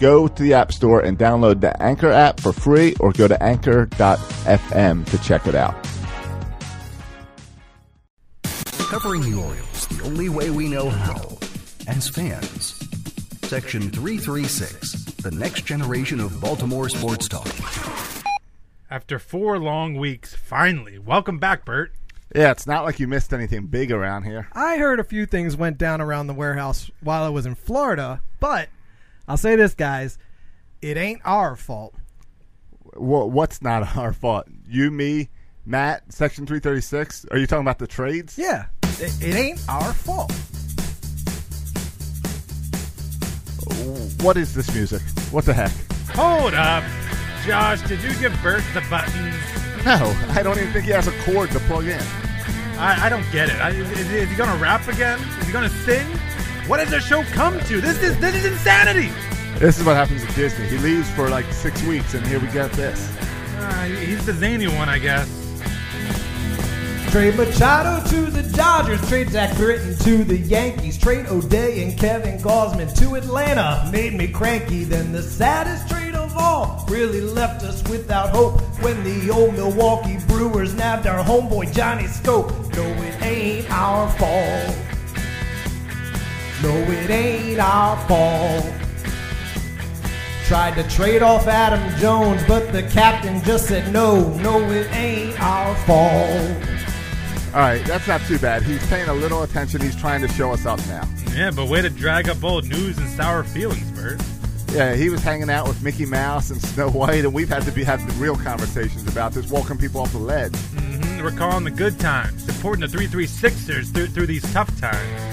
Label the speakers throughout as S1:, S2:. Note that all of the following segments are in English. S1: Go to the App Store and download the Anchor app for free or go to anchor.fm to check it out.
S2: Covering the Orioles the only way we know how, as fans. Section 336, the next generation of Baltimore sports talk.
S3: After four long weeks, finally, welcome back, Bert.
S1: Yeah, it's not like you missed anything big around here.
S4: I heard a few things went down around the warehouse while I was in Florida, but I'll say this, guys, it ain't our fault.
S1: Well, what's not our fault? You, me, Matt, Section 336? Are you talking about the trades?
S4: Yeah, it, it ain't our fault.
S1: What is this music? What the heck?
S3: Hold up, Josh. Did you give Bert the button?
S1: No, I don't even think he has a cord to plug in.
S3: I, I don't get it. I, is, is he gonna rap again? Is he gonna sing? What has the show come to? This is this is insanity.
S1: This is what happens at Disney. He leaves for like six weeks, and here we got this.
S3: Uh, he- he's the zany one, I guess.
S5: Trade Machado to the Dodgers. Trade Zach Britton to the Yankees. Trade O'Day and Kevin Gosman to Atlanta. Made me cranky. Then the saddest trade of all really left us without hope when the old Milwaukee Brewers nabbed our homeboy Johnny Scope. No, it ain't our fault. No, it ain't our fault. Tried to trade off Adam Jones, but the captain just said no. No, it ain't our fault.
S1: All right, that's not too bad. He's paying a little attention. He's trying to show us up now.
S3: Yeah, but way to drag up old news and sour feelings, Bert.
S1: Yeah, he was hanging out with Mickey Mouse and Snow White, and we've had to be having real conversations about this, walking people off the ledge.
S3: hmm Recalling the good times, supporting the 336ers through, through these tough times.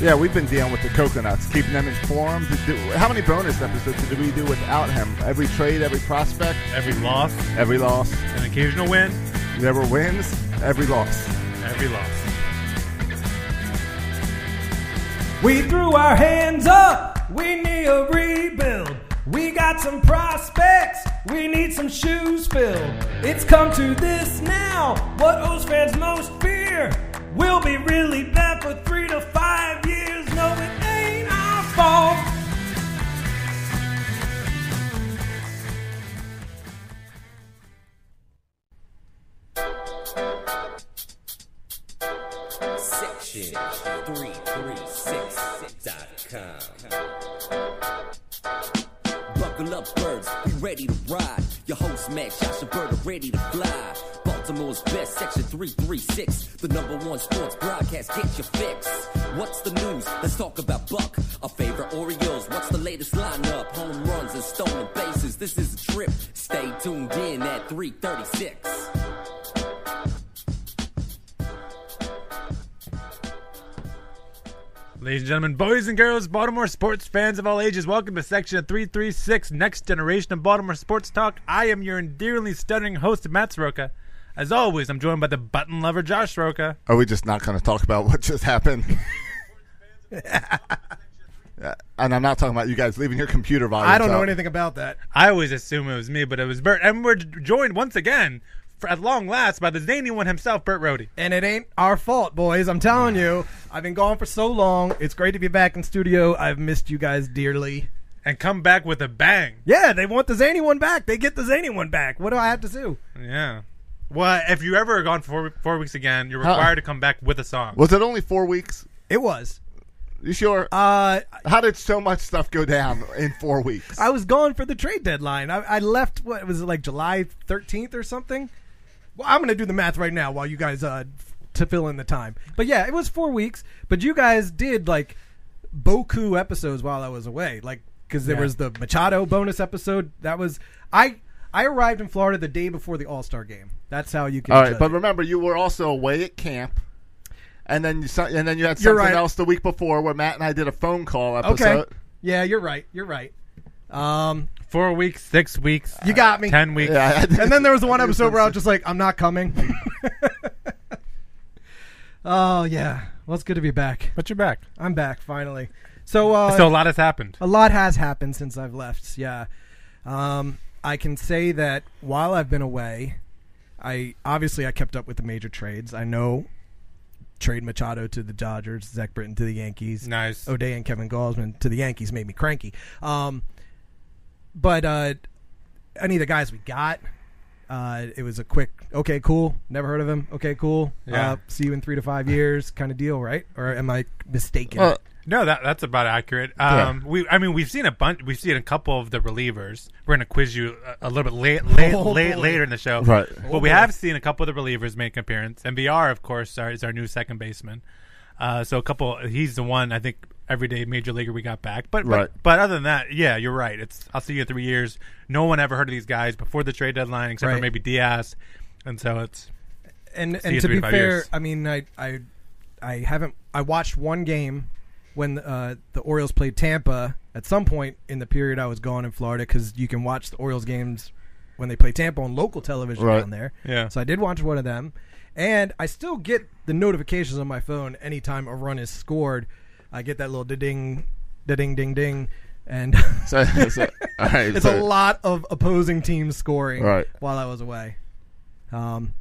S1: Yeah, we've been dealing with the coconuts, keeping them informed. Do- How many bonus episodes did we do without him? Every trade, every prospect,
S3: Every loss,
S1: every loss.
S3: an occasional win,
S1: There were wins, every loss.
S3: every loss.
S5: We threw our hands up. We need a rebuild. We got some prospects. We need some shoes filled. It's come to this now. What O's fans most fear. We'll be really bad for three to five years. No, it ain't our fault.
S6: section 336.com. Buckle up, birds, be ready to ride. Your host, Max Josh and Bird, are ready to fly. Baltimore's best, section 336. The number one sports broadcast, get your fix. What's the news? Let's talk about Buck, our favorite Orioles. What's the latest lineup? Home runs and stolen bases. This is a trip. Stay tuned in at 336.
S3: Ladies and gentlemen, boys and girls, Baltimore sports fans of all ages, welcome to Section 336, Next Generation of Baltimore Sports Talk. I am your endearingly stuttering host, Matt Soroka. As always, I'm joined by the button lover, Josh Soroka.
S1: Are we just not going to talk about what just happened? Uh, and I'm not talking about you guys leaving your computer volume.
S4: I don't know anything about that.
S3: I always assume it was me, but it was Bert. And we're joined once again, for, at long last, by the zany one himself, Bert Rohde.
S4: And it ain't our fault, boys. I'm telling you, I've been gone for so long. It's great to be back in studio. I've missed you guys dearly.
S3: And come back with a bang.
S4: Yeah, they want the zany one back. They get the zany one back. What do I have to do?
S3: Yeah. Well, if you ever are gone for four weeks again, you're
S1: Uh-uh.
S3: required to come back with a song.
S1: Was it only four weeks?
S4: It was.
S1: You sure?
S4: Uh,
S1: How did so much stuff go down in four weeks?
S4: I was gone for the trade deadline. I, I left. What was it like July 13th or something? Well, I'm going to do the math right now while you guys uh f- to fill in the time. But yeah, it was four weeks. But you guys did like boku episodes while I was away. Like because there was the Machado bonus episode. That was I. I arrived in Florida the day before the All Star game. That's how you can.
S1: All right,
S4: judge
S1: but
S4: it.
S1: remember, you were also away at camp, and then you so- and then you had
S4: You're
S1: something
S4: right.
S1: else the week before where Matt and I did a phone call
S4: okay.
S1: episode.
S4: Yeah, you're right. You're right. Um,
S3: Four weeks, six weeks.
S4: you got me.
S3: Ten weeks.
S1: Yeah, I think-
S4: and then there was one episode where I was just like, I'm not coming. oh yeah, well it's good to be back.
S3: But you're back.
S4: I'm back finally. So uh,
S3: So a lot has happened.
S4: a lot has happened since I've left. Yeah, um, I can say that while I've been away, I obviously I kept up with the major trades. I know trade Machado to the Dodgers, Zach Britton to the Yankees,
S3: Nice.
S4: O'Day and Kevin Gausman to the Yankees made me cranky. Um, but uh, any of the guys we got, uh, it was a quick, okay, cool. Never heard of him. Okay, cool.
S3: Yeah.
S4: Uh, see you in three to five years, kind of deal, right? Or am I mistaken?
S1: Well,
S3: No, that that's about accurate. Um, We, I mean, we've seen a bunch. We've seen a couple of the relievers. We're gonna quiz you a, a little bit late, late,
S4: Oh, boy. Oh,
S3: later in the show,
S1: Right.
S3: But we have seen a couple of the relievers make an appearance. MBR, of course, our, is our new second baseman. Uh, so a couple. He's the one I think everyday major leaguer we got back. But
S1: Right.
S3: but, but other than that, yeah, you're right. It's I'll see you in three years. No one ever heard of these guys before the trade deadline, except
S4: Right.
S3: for maybe Diaz. And so it's
S4: and
S3: you
S4: and
S3: in
S4: to
S3: three
S4: be
S3: to five
S4: fair,
S3: years.
S4: I mean, I I I haven't. I watched one game when uh, the Orioles played Tampa at some point in the period I was gone in Florida because you can watch the Orioles games when they play Tampa on local television
S1: Right.
S4: down there.
S3: Yeah.
S4: So I did watch one of them, and I still get the notifications on my phone anytime a run is scored. I get that little ding, ding, ding, ding, and
S1: So, so, all right,
S4: it's
S1: so-
S4: a lot of opposing teams scoring
S1: Right.
S4: while I was away. Um,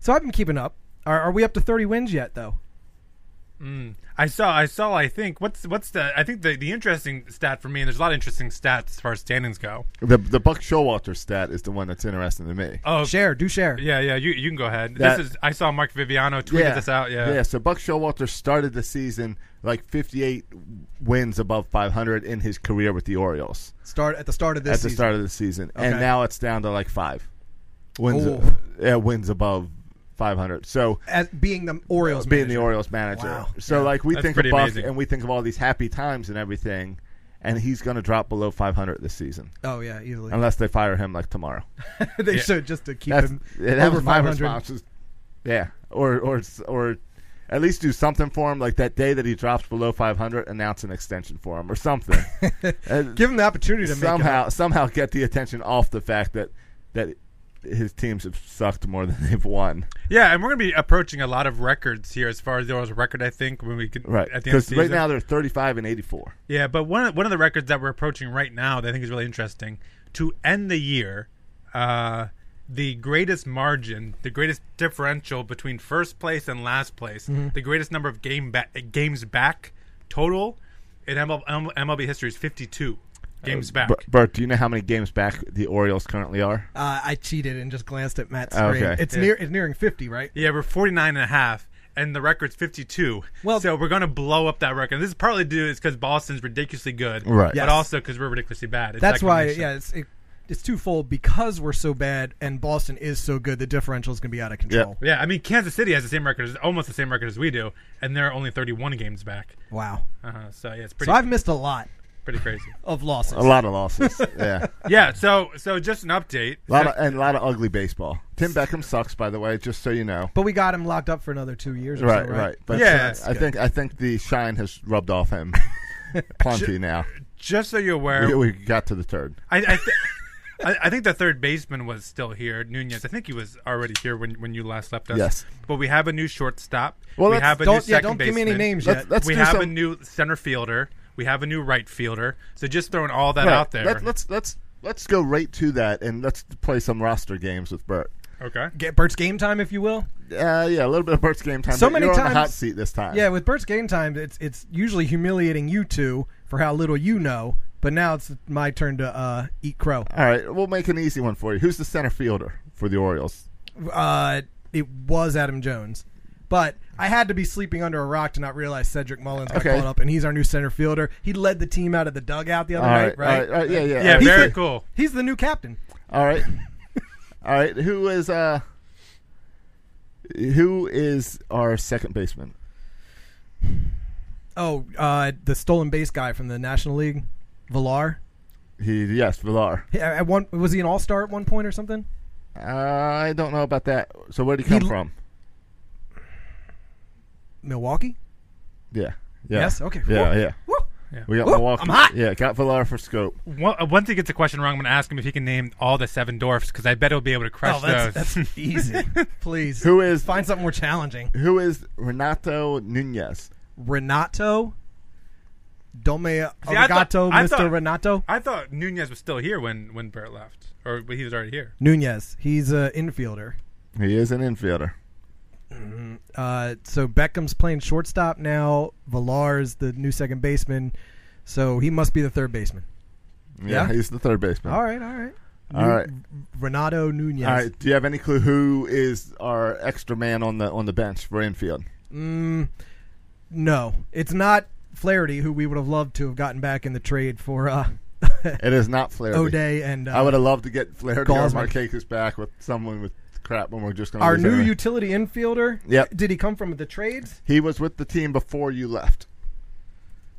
S4: so I've been keeping up. Are, are we up to 30 wins yet, though?
S3: I saw. I saw. I think. What's what's the? I think the, the interesting stat for me. And there's a lot of interesting stats as far as standings go.
S1: The the Buck Showalter stat is the one that's interesting to me.
S3: Oh,
S4: Share, do share.
S3: yeah, yeah. You you can go ahead.
S1: That-
S3: this is. I saw Mark Viviano tweeted this out. Yeah.
S1: Yeah. So Buck Showalter started the season like 58 wins above 500 in his career with the Orioles
S4: Start at the start of this
S1: at the
S4: season.
S1: start of the season, and
S4: Okay.
S1: now it's down to like five wins.
S4: Ooh.
S1: yeah, wins above 500. So
S4: As being the Orioles,
S1: being
S4: manager.
S1: the Orioles manager.
S4: Wow.
S1: So like we
S3: That's
S1: think
S3: pretty
S1: of Buck
S3: amazing.
S1: and we think of all these happy times and everything, and he's going to drop below 500 this season
S4: Oh yeah, easily.
S1: unless they fire him like tomorrow.
S4: they
S3: Yeah.
S4: should just to keep
S1: That's
S4: him
S1: yeah, that
S4: over
S1: was my
S4: 500.
S1: response. is- Yeah, or or or at least do something for him, like that day that he drops below 500, announce an extension for him or something. Uh,
S4: Give him the opportunity to make it.
S1: somehow somehow get the attention off the fact that that his teams have sucked more than they've won.
S3: Yeah, and we're gonna be approaching a lot of records here as far as the Orioles record. I think when we can
S1: Right,
S3: at the end of
S1: because
S3: the
S1: right
S3: season.
S1: now they're 35 and 84.
S3: Yeah, but one of, one of the records that we're approaching right now that I think is really interesting to end the year, uh, the greatest margin, the greatest differential between first place and last place,
S4: Mm-hmm.
S3: the greatest number of game ba- games back total in ML- M- MLB history is 52
S4: Uh,
S3: games back.
S1: Bert, Bert, do you know how many games back the Orioles currently are?
S4: Uh, I cheated and just glanced at Matt's
S1: Oh,
S4: screen.
S1: okay.
S4: It's near. It's nearing 50, right?
S3: yeah, we're 49 and a half. And the record's 52.
S4: Well-
S3: so we're going to blow up that record. This is partly due is because Boston's ridiculously good,
S1: Right.
S3: But
S1: Yes.
S3: also because we're ridiculously bad. It's
S4: That's
S3: that
S4: why,
S3: combination.
S4: yeah, it's it, it's twofold because we're so bad and Boston is so good. The differential is going to be out of control.
S3: Yeah, I mean Kansas City has the same record, as, almost the same record as we do, and they're only 31 games back.
S4: Wow.
S3: Uh-huh, so yeah, it's pretty
S4: So I've missed a lot
S3: pretty crazy.
S4: of losses.
S1: A lot of losses. yeah.
S3: yeah, so so just an update.
S1: A lot of, and a lot of ugly baseball. Tim Beckham sucks, by the way, just so you know.
S4: But we got him locked up for another two years. Or
S1: Right,
S4: so,
S1: right.
S4: right,
S1: But
S3: Yeah.
S1: uh,
S3: That's
S1: I think I think the shine has rubbed off him plenty now.
S3: just so you're aware,
S1: We, we got to the third.
S3: I I, th- I I think the third baseman was still here, Nunez. I think he was already here when when you last left us.
S1: Yes.
S3: but we have a new shortstop.
S1: Well,
S3: we
S1: let's-
S3: have a new
S4: Don't,
S3: second
S4: yeah, don't give me any
S3: baseman.
S4: names
S1: Let's-
S4: yet.
S1: let's
S3: we
S1: do
S3: have a
S1: some-
S3: new center fielder. We have a new right fielder. So just throwing all that
S1: Right.
S3: out there.
S1: Let, let's let's let's go right to that and let's play some roster games with Bert.
S3: okay.
S4: Get Bert's game time, if you will.
S1: Uh, yeah, a little bit of Bert's game time.
S4: So
S1: but
S4: many
S1: you're on
S4: times-
S1: the hot seat this time.
S4: Yeah, with Bert's game time, it's it's usually humiliating you two for how little you know. But now it's my turn to uh, eat crow.
S1: All right, we'll make an easy one for you. Who's the center fielder for the Orioles?
S4: Uh, it was Adam Jones, but I had to be sleeping under a rock to not realize Cedric Mullins got
S1: Okay.
S4: called up, and he's our new center fielder. He led the team out of the dugout the other
S1: All right,
S4: night, right?
S1: all right, all right, yeah, yeah,
S3: Yeah,
S1: all right.
S3: very
S1: He's the-
S3: cool.
S4: He's the new captain.
S1: All right. All right. Who is uh who is our second baseman?
S4: Oh, uh, the stolen base guy from the National League, Villar.
S1: He yes, Villar.
S4: He- uh, At one, was he an All Star at one point or something?
S1: Uh, I don't know about that. So where did he come
S4: He-
S1: from?
S4: Milwaukee.
S1: Yeah. yeah.
S4: Yes? Okay.
S1: Yeah,
S4: Woo.
S1: yeah.
S4: Woo.
S3: Yeah.
S1: We got Milwaukee. Yeah, got Villar for scope.
S3: One- uh, Once he gets a question wrong, I'm going to ask him if he can name all the seven dwarfs because I bet he'll be able to crush
S4: Oh, that's,
S3: those.
S4: that's easy. Please.
S1: Who is-
S4: Find something more challenging.
S1: Who is Renato Nunez?
S4: Renato. Dome
S3: See, I thought-
S4: Arigato,
S3: I
S4: Mr.
S3: thought-
S4: Renato.
S3: I thought Nunez was still here when when Bert left, or he was already here.
S4: Nunez. He's an infielder.
S1: He is an infielder.
S4: Uh, so Beckham's playing shortstop now. Villar's the new second baseman. So he must be the third baseman.
S1: Yeah,
S4: Yeah?
S1: he's the third baseman.
S4: All right, all right.
S1: All right.
S4: Renato Nunez.
S1: All right. Do you have any clue who is our extra man on the on the bench for infield?
S4: No, it's not Flaherty, who we would have loved to have gotten back in the trade for uh,
S1: It is not Flaherty.
S4: O'Day and uh,
S1: I would have loved to get Flaherty or
S4: Gosman.
S1: Marquez back with someone with crap when we're just going to
S4: our new utility infielder.
S1: Yep.
S4: Did he come from the trades?
S1: He was with the team before you left.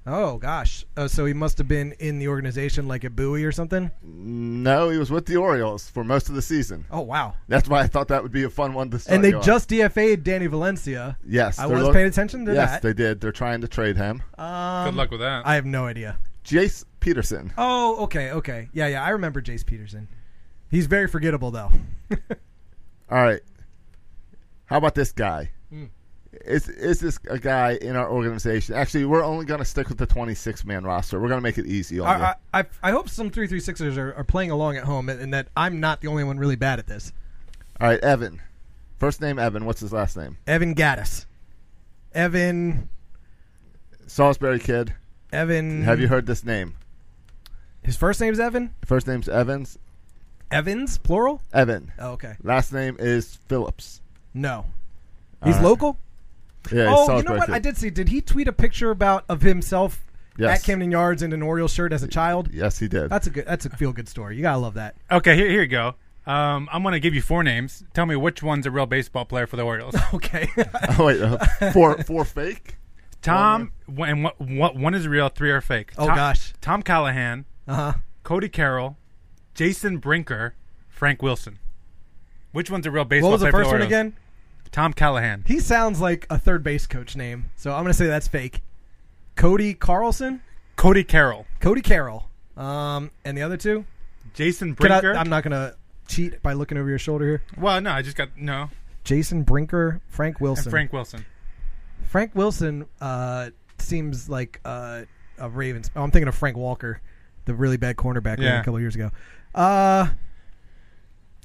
S4: Oh gosh. Oh, so he must have been in the organization like at Bowie or something.
S1: No, he was with the Orioles for most of the season.
S4: Oh wow.
S1: That's why I thought that would be a fun one to start.
S4: And they
S1: you on.
S4: just DFA'd Danny Valencia.
S1: yes,
S4: I
S1: they're
S4: was
S1: look-
S4: paying attention to
S1: yes,
S4: that.
S1: they did. They're trying to trade him.
S3: Good
S4: Um,
S3: luck with that.
S4: I have no idea.
S1: Jace Peterson.
S4: Oh, okay, okay. Yeah, yeah. I remember Jace Peterson. He's very forgettable though.
S1: Oh, All right. How about this guy? Is is this a guy in our organization? Actually, we're only going to stick with the 26 man roster. We're going to make it easy on you.
S4: I, I, I, I hope some 336ers are, are playing along at home and, and that I'm not the only one really bad at this.
S1: All right, Evan. First name Evan. What's his last name?
S4: Evan Gaddis. Evan.
S1: Salisbury kid.
S4: Evan.
S1: Have you heard this name?
S4: His first name's Evan?
S1: First name's Evans.
S4: Evans, plural?
S1: Evan.
S4: Oh, okay.
S1: Last name is Phillips.
S4: No. He's
S1: right.
S4: local?
S1: Yeah, he's
S4: oh, you know
S1: Salisbury
S4: what?
S1: kid.
S4: I did see. Did he tweet a picture about of himself
S1: Yes.
S4: at Camden Yards in an Oriole shirt as a child?
S1: Yes, he did.
S4: That's a good. That's a feel good story. You gotta love that.
S3: okay, here here you go. Um, I'm going to give you four names. Tell me which one's a real baseball player for the Orioles.
S4: Okay.
S1: oh, wait, uh, four four fake.
S3: Tom wh- and what, what one is real, three are fake.
S4: Oh,
S3: Tom,
S4: gosh.
S3: Tom Callahan,
S4: uh huh.
S3: Cody Carroll, Jason Brinker, Frank Wilson. Which one's a real baseball
S4: What was the
S3: player for
S4: first one
S3: Orioles?
S4: again?
S3: Tom Callahan.
S4: He sounds like a third base coach name, so I'm gonna say that's fake. Cody Carlson,
S3: Cody Carroll,
S4: Cody Carroll, um, and the other two.
S3: Jason
S4: Can I,
S3: Brinker.
S4: I'm not gonna cheat by looking over your shoulder here.
S3: well, no, I just got no.
S4: Jason Brinker, Frank
S3: And
S4: Wilson.
S3: Frank Wilson.
S4: Frank Wilson uh, seems like uh, a Ravens. Oh, I'm thinking of Frank Walker, the really bad cornerback we had
S3: Yeah.
S4: a couple years ago. Uh,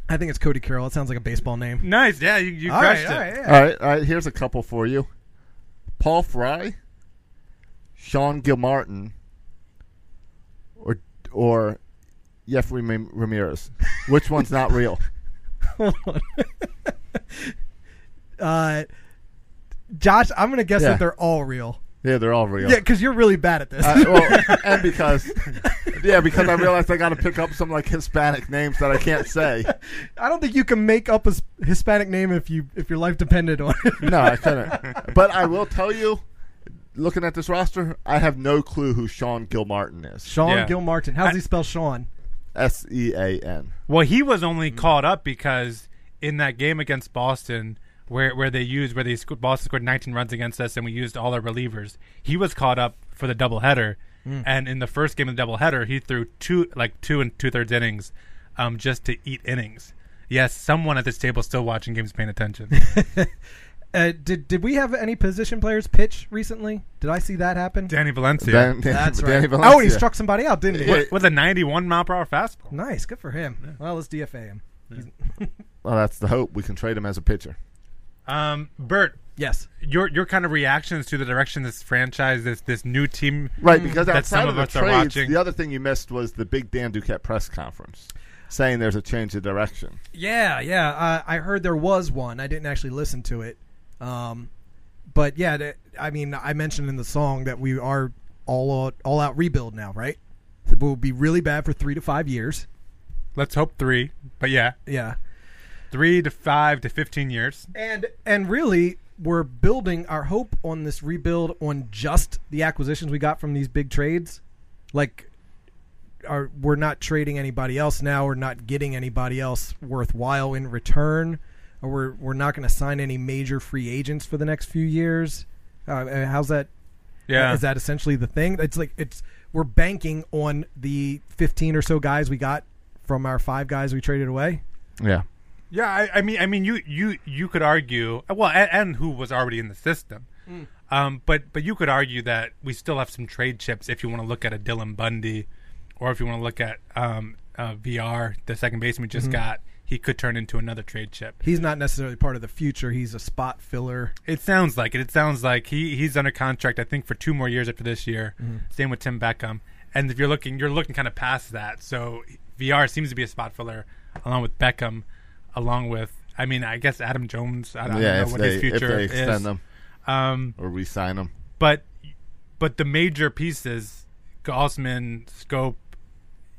S4: I think it's Cody Carroll. It sounds like a baseball name.
S3: Nice. Yeah, you, you
S4: All
S3: Mm, crushed
S4: right, all
S3: it.
S4: right, yeah.
S1: All right, all right. Here's a couple for you. Paul Fry, Sean Gilmartin, or or Jeffrey Ram- Ramirez. Which one's not real?
S4: Uh, Josh, I'm gonna guess
S1: Yeah.
S4: that they're all real.
S1: Yeah, they're all real.
S4: Yeah, because you're really bad at this.
S1: Uh, well, and because, yeah, because I realized I got to pick up some like Hispanic names that I can't say.
S4: I don't think you can make up a s- Hispanic name if you if your life depended on it.
S1: No, I couldn't. But I will tell you, looking at this roster, I have no clue who Sean Gilmartin is.
S4: Sean
S3: Yeah.
S4: Gilmartin. How does
S3: I-
S4: he spell Sean?
S1: S E A N.
S3: Well, he was only
S4: Mm-hmm.
S3: called up because in that game against Boston, where where they used where they sc- Boston scored 19 runs against us and we used all our relievers, he was called up for the doubleheader.
S4: Mm.
S3: And in the first game of the doubleheader, he threw two like two and two thirds innings, um, just to eat innings. Yes, someone at this table still watching games, paying attention.
S4: Uh, did did we have any position players pitch recently? Did I see that happen?
S3: Danny Valencia
S1: Dan- Dan-
S4: That's
S1: Danny
S4: right.
S1: Valencia.
S4: Oh, and he struck somebody out, didn't he?
S1: Yeah.
S3: with a 91 mile per hour fastball.
S4: Nice, good for him. Well, let's DFA him.
S1: Well, that's the hope. We can trade him as a pitcher.
S3: Um, Bert,
S4: Yes.
S3: your your kind of reactions to the direction this franchise, this this new team,
S1: Right, because
S3: that
S1: outside
S3: some
S1: of
S3: of
S1: the
S3: us are
S1: trades,
S3: watching.
S1: the other thing you missed was the big Dan Duquette press conference saying there's a change of direction.
S4: Yeah, yeah. Uh, I heard there was one. I didn't actually listen to it, um, but yeah. That, I mean, I mentioned in the song that we are all out, all out rebuild now, right? We'll be really bad for three to five years.
S3: Let's hope three, but yeah,
S4: Yeah,
S3: three to five to 15 years.
S4: and and really, we're building our hope on this rebuild on just the acquisitions we got from these big trades. Like, are we're not trading anybody else now? We're not getting anybody else worthwhile in return, or we're we're not going to sign any major free agents for the next few years. Uh, uh, how's that?
S3: Yeah.
S4: is that essentially the thing? It's like it's we're banking on the fifteen or so guys we got from our five guys we traded away.
S7: Yeah.
S3: Yeah, I, I mean, I mean, you you you could argue, well, and, and who was already in the system, um, but but you could argue that we still have some trade chips if you want to look at a Dylan Bundy, or if you want to look at um, uh, VR, the second baseman we just
S4: Mm-hmm.
S3: got, he could turn into another trade chip.
S4: He's not necessarily part of the future. He's a spot filler.
S3: It sounds like it. It sounds like he he's under contract, I think, for two more years after this year.
S1: Mm-hmm.
S3: Same with Tim Beckham. And if you're looking, you're looking kind of past that. So VR seems to be a spot filler, along with Beckham, along with I mean, I guess Adam Jones. I don't, I don't
S1: yeah,
S3: know
S1: if
S3: what
S1: they,
S3: his
S1: if
S3: future
S1: they extend
S3: is.
S1: them
S3: Um,
S1: or re-sign them.
S3: but but the major pieces, Gaussman, Scope.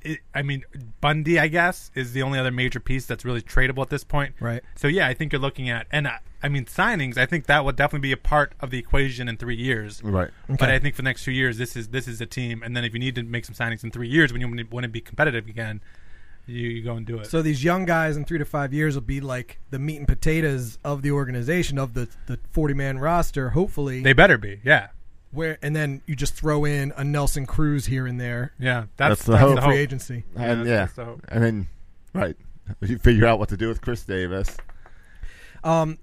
S3: It, I mean, Bundy, I guess, is the only other major piece that's really tradable at this point.
S4: Right.
S3: So yeah, I think you're looking at, and I, I mean signings. I think that would definitely be a part of the equation in three years.
S1: Right.
S3: But I think for the next two years, this is this is a team. And then if you need to make some signings in three years when you want to be competitive again, you, you go and do it.
S4: So these young guys in three to five years will be like the meat and potatoes of the organization of the the forty man roster. Hopefully,
S3: they better be. Yeah.
S4: where and then you just throw in a Nelson Cruz here and there.
S3: Yeah.
S1: That's
S3: That's,
S1: the
S3: that's
S1: hope.
S3: the
S4: Free
S3: hope.
S4: agency.
S1: And yeah,
S3: that's- so-
S1: I mean, right. You figure out what to do with Chris Davis.
S4: Um,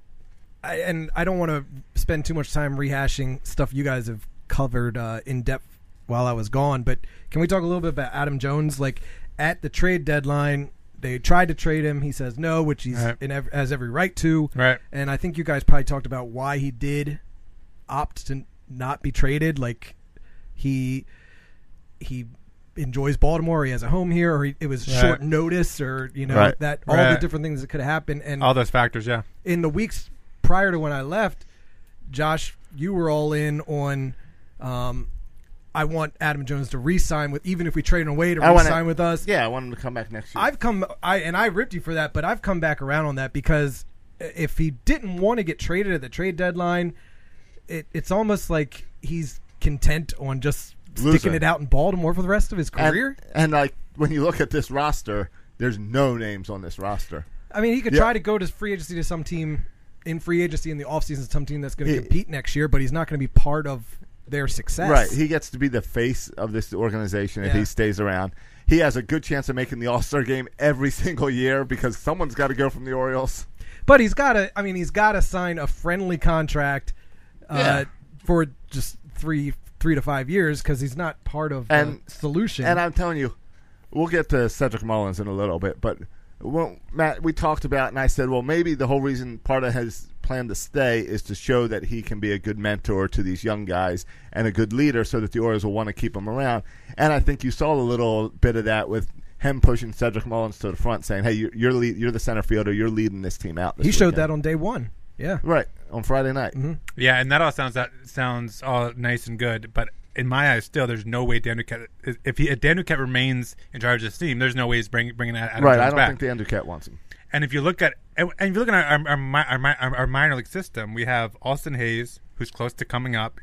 S4: I, and I don't want to spend too much time rehashing stuff you guys have covered uh, in depth while I was gone. But can we talk a little bit about Adam Jones? Like at the trade deadline, they tried to trade him. He says no, which he's
S3: Right.
S4: in ev- has every right to.
S3: Right.
S4: And I think you guys probably talked about why he did opt to not be traded. Like he he enjoys Baltimore. He has a home here, or he, it was
S3: Right.
S4: short notice, or you know
S1: Right.
S4: that all the
S3: Right.
S4: different things that could happen. And
S3: All those factors. Yeah.
S4: in the weeks prior to when I left, Josh, you were all in on. Um, I want Adam Jones to re-sign with, even if we trade him away to
S1: I wanna-
S4: re-sign with us.
S1: Yeah, I want him to come back next year.
S4: I've come, I and I ripped you for that, but I've come back around on that because if he didn't want to get traded at the trade deadline, it, it's almost like he's content on just
S1: Losing.
S4: sticking it out in Baltimore for the rest of his
S1: and,
S4: career.
S1: and like when you look at this roster, there's no names on this roster.
S4: I mean, he could
S1: Yeah.
S4: try to go to free agency to some team in free agency in the offseason, some team that's going to
S1: He-
S4: compete next year, but he's not going to be part of their success.
S1: Right. He gets to be the face of this organization if
S4: Yeah.
S1: he stays around. He has a good chance of making the All Star game every single year because someone's got to go from the Orioles.
S4: but he's got to, I mean, he's got to sign a friendly contract uh,
S1: Yeah.
S4: for just three three to five years because he's not part of
S1: And-
S4: the solution.
S1: And I'm telling you, we'll get to Cedric Mullins in a little bit, but well, Matt, we talked about, and I said, well, maybe the whole reason part of his plan to stay is to show that he can be a good mentor to these young guys and a good leader, so that the Orioles will want to keep him around. And I think you saw a little bit of that with him pushing Cedric Mullins to the front, saying, "Hey, you're you're, lead, you're the center fielder. You're leading this team out." This
S4: he
S1: weekend."
S4: showed that on Mm-hmm. day one. Yeah.
S1: right on Friday night.
S3: Yeah, and that all sounds that sounds all nice and good, but in my eyes, still, there's no way Dan Duquette if he if Dan Duquette remains in charge of this team, there's no way he's bring, bringing that Adam
S1: Right,
S3: Jones
S1: I don't
S3: back.
S1: think the Undercat wants him.
S3: and if you look at and and if you look at our our, our, mi- our, mi- our minor league system, we have Austin Hayes who's close to coming up,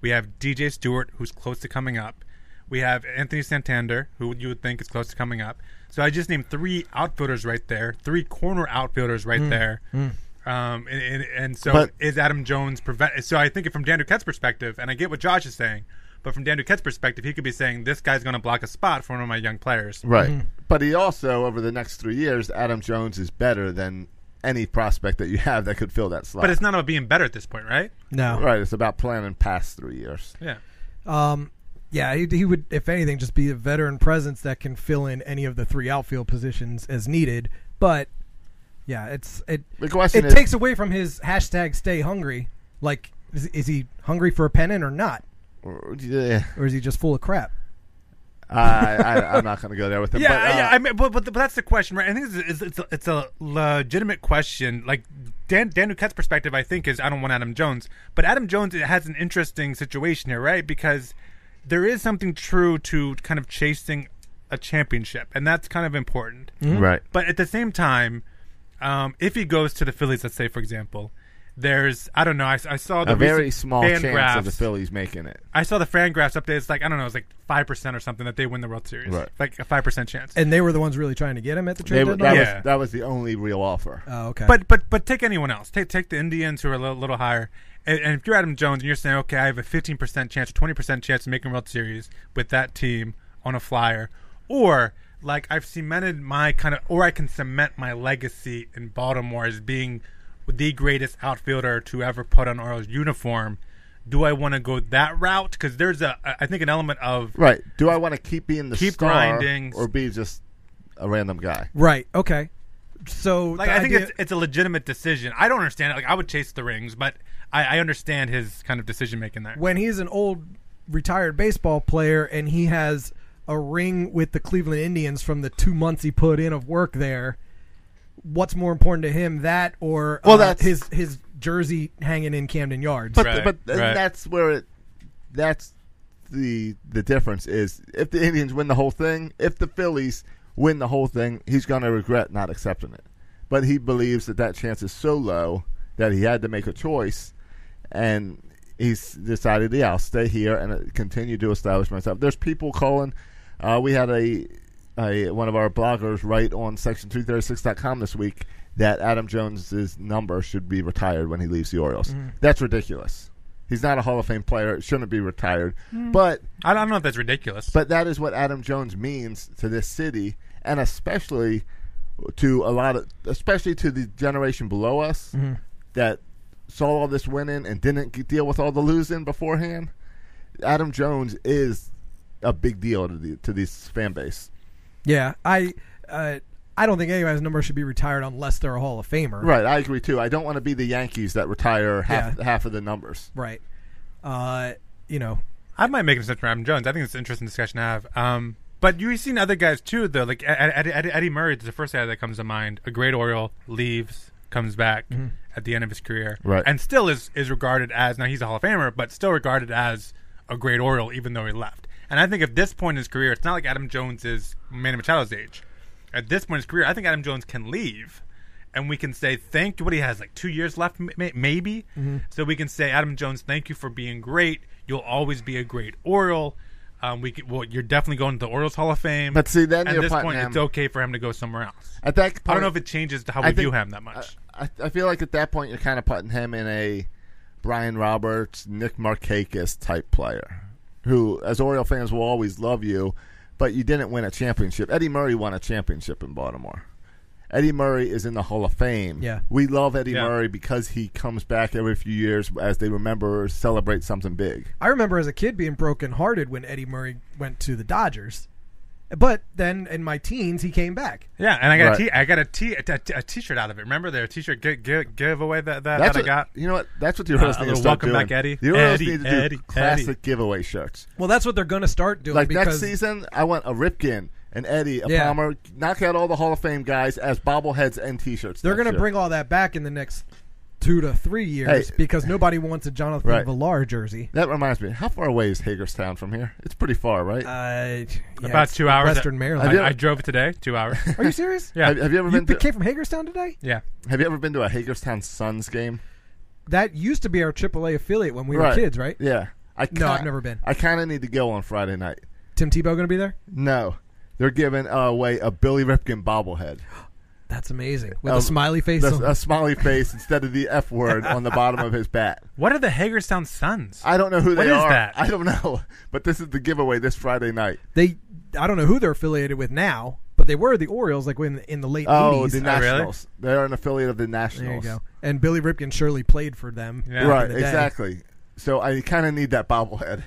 S3: we have DJ Stewart who's close to coming up, we have Anthony Santander who you would think is close to coming up. So I just named three outfielders right there, three corner outfielders right there. Um, and, and, and so
S1: Mm. But-
S3: is Adam Jones prevent? So I think from Dan Duquette's perspective, and I get what Josh is saying, but from Dan Duquette's perspective, he could be saying this guy's going to block a spot for one of my young players.
S1: Right. But he also, over the next three years, Adam Jones is better than any prospect that you have that could fill that slot.
S3: But it's not about being better at this point, right?
S4: No.
S1: right. It's about planning past three years.
S3: Yeah.
S4: Um, yeah, he, he would, if anything, just be a veteran presence that can fill in any of the three outfield positions as needed. But yeah, it's it.
S1: The question
S4: it
S1: is-
S4: takes away from his hashtag "Stay Hungry." Like, is, is he hungry for a pennant or not,
S1: Or- yeah.
S4: or is he just full of crap?
S1: I, I, I'm not going to go there with him.
S3: Yeah,
S1: but, uh,
S3: yeah. I mean, but, but but that's the question, right? I think it's it's, it's, a, it's a legitimate question. Like Dan Dan Duquette's perspective, I think, is I don't want Adam Jones, but Adam Jones has an interesting situation here, right? Because there is something true to kind of chasing a championship, and that's kind of important.
S1: Right.
S3: But at the same time, um, if he goes to the Phillies, let's say for example, There's I don't know. I, I saw the
S1: A very
S3: recent
S1: small
S3: fan
S1: chance of the
S3: graphs.
S1: Phillies making it.
S3: I saw the fan graphs update. It's like I don't know. It's like five percent or something that they win the World Series.
S1: Right.
S3: Like a five percent chance.
S4: And they were the ones really trying to get him at the
S1: They,
S4: trade
S1: that,
S4: deadline.
S3: Yeah. Uh,
S1: was, that was the only real offer.
S4: Oh, okay.
S3: But but but take anyone else. Take take the Indians who are a little, little higher. And, and if you're Adam Jones and you're saying, okay, I have a 15% chance, 20% chance of making World Series with that team on a flyer, or like I've cemented my kind of, or I can cement my legacy in Baltimore as being the greatest outfielder to ever put on Orioles uniform. Do I want to go that route? Because there's a, I think, an element of
S1: Right. Do I want to keep being the
S3: Keep
S1: star
S3: grinding.
S1: or be just a random guy?
S4: right. Okay. So
S3: like
S4: the
S3: I think
S4: idea-
S3: it's it's a legitimate decision. I don't understand it. Like I would chase the rings, but I, I understand his kind of decision making there.
S4: when he's an old retired baseball player and he has a ring with the Cleveland Indians from the two months he put in of work there. What's more important to him, that or
S1: Well,
S4: uh,
S1: that's-
S4: his his jersey hanging in Camden Yards?
S1: But
S3: Right,
S1: but and
S3: right.
S1: that's where it that's the the difference is if the Indians win the whole thing, if the Phillies win the whole thing, he's going to regret not accepting it. But he believes that that chance is so low that he had to make a choice, and he's decided, yeah, I'll stay here and uh, continue to establish myself. There's people calling. Uh, we had a, a one of our bloggers write on section236.com this week that Adam Jones's number should be retired when he leaves the Orioles. That's ridiculous. He's not a Hall of Fame player. It shouldn't be retired.
S3: Hmm.
S1: But
S3: I don't know if that's ridiculous.
S1: but that is what Adam Jones means to this city, and especially to a lot of, especially to the generation below us
S3: Mm-hmm.
S1: that saw all this winning and didn't g- deal with all the losing beforehand. Adam Jones is a big deal to the to this fan base.
S4: yeah, I uh, I don't think anybody's number should be retired unless they're a Hall of Famer.
S1: Right, I agree too. I don't want to be the Yankees that retire half
S4: Yeah.
S1: half of the numbers.
S4: Right. Uh, you know,
S3: I might make an exception for Adam Jones. I think it's an interesting discussion to have. Um, but you've seen other guys too, though. Like Ed- Ed- Ed- Eddie Murray is the first guy that comes to mind. A great Oriole leaves, comes back at the end of his career,
S1: Right.
S3: and still is is regarded as now he's a Hall of Famer, but still regarded as a great Oriole, even though he left. And I think at this point in his career, it's not like Adam Jones is Manny Machado's age. At this point in his career, I think Adam Jones can leave. And we can say thank you. What he has like two years left, m- may- maybe.
S1: Mm-hmm.
S3: So we can say, Adam Jones, thank you for being great. You'll always be a great Oriole. Um, we could, well, you're definitely going to the Orioles Hall of Fame.
S1: But see, then
S3: at
S1: you're
S3: this
S1: putting
S3: point,
S1: him-
S3: it's okay for him to go somewhere else.
S1: At that
S3: I don't
S1: point-
S3: know if it changes to how we
S1: I
S3: view
S1: think- uh,
S3: him that much.
S1: I, I feel like at that point you're kind of putting him in a Brian Roberts, Nick Markakis type player, who as Oriole fans will always love you, but you didn't win a championship. Eddie Murray won a championship in Baltimore. Eddie Murray is in the Hall of Fame.
S4: Yeah.
S1: we love Eddie
S3: Yeah.
S1: Murray because he comes back every few years as they remember or celebrate something big.
S4: I remember as a kid being brokenhearted when Eddie Murray went to the Dodgers. But then in my teens, he came back.
S3: yeah, and I got
S1: Right.
S3: a t- I got a t- a, t- a t-shirt out of it. Remember their t-shirt gi- gi- giveaway that that,
S1: That's
S3: that I
S1: what,
S3: got.
S1: You know what? That's what the Orioles
S3: Uh,
S1: need
S3: the
S1: to start
S3: Welcome
S1: doing.
S3: Back Eddie.
S1: The Orioles
S3: Eddie,
S1: need to do
S3: Eddie,
S1: classic
S3: Eddie.
S1: giveaway shirts.
S4: Well, that's what they're going to start doing.
S1: Like
S4: because
S1: next season, I want a Ripken, an Eddie, a
S4: Yeah.
S1: Palmer, knock out all the Hall of Fame guys as bobbleheads and T-shirts.
S4: They're
S1: next
S4: going to
S1: year.
S4: bring all that back in the next two to three years
S1: Hey.
S4: because nobody wants a Jonathan
S1: Right.
S4: Villar jersey.
S1: That reminds me, how far away is Hagerstown from here? It's pretty far, right?
S4: Uh, yeah,
S3: About
S4: it's
S3: two hours.
S4: Western Maryland.
S1: I did-
S3: I, I drove today, two hours.
S4: Are you serious?
S3: yeah.
S1: Have, have you ever
S4: You
S1: been? To,
S4: came from Hagerstown today?
S3: yeah.
S1: have you ever been to a Hagerstown Suns game?
S4: That used to be our AAA affiliate when we were kids, right?
S1: Yeah. I
S4: No, I've
S1: ki-
S4: never been.
S1: I kind of need to go on Friday night.
S4: Tim Tebow going to be there?
S1: No, they're giving away a Billy Ripken bobblehead.
S4: That's amazing. With
S1: Um,
S4: a smiley face.
S1: The-
S4: on-
S1: a smiley face instead of the F word on the bottom of his bat.
S3: What are the Hagerstown Suns?
S1: I don't know who they
S3: What is
S1: are.
S3: that?
S1: I don't know, but this is the giveaway this Friday night.
S4: they I don't know who they're affiliated with now, but they were the Orioles like in in the late
S1: Oh,
S4: 80s.
S1: the
S3: really?
S1: Nationals. They're an affiliate of the Nationals.
S4: there you go. And Billy Ripken surely played for them.
S3: Yeah.
S4: back in
S1: Right,
S4: the day.
S1: exactly. So I kind of need that bobblehead.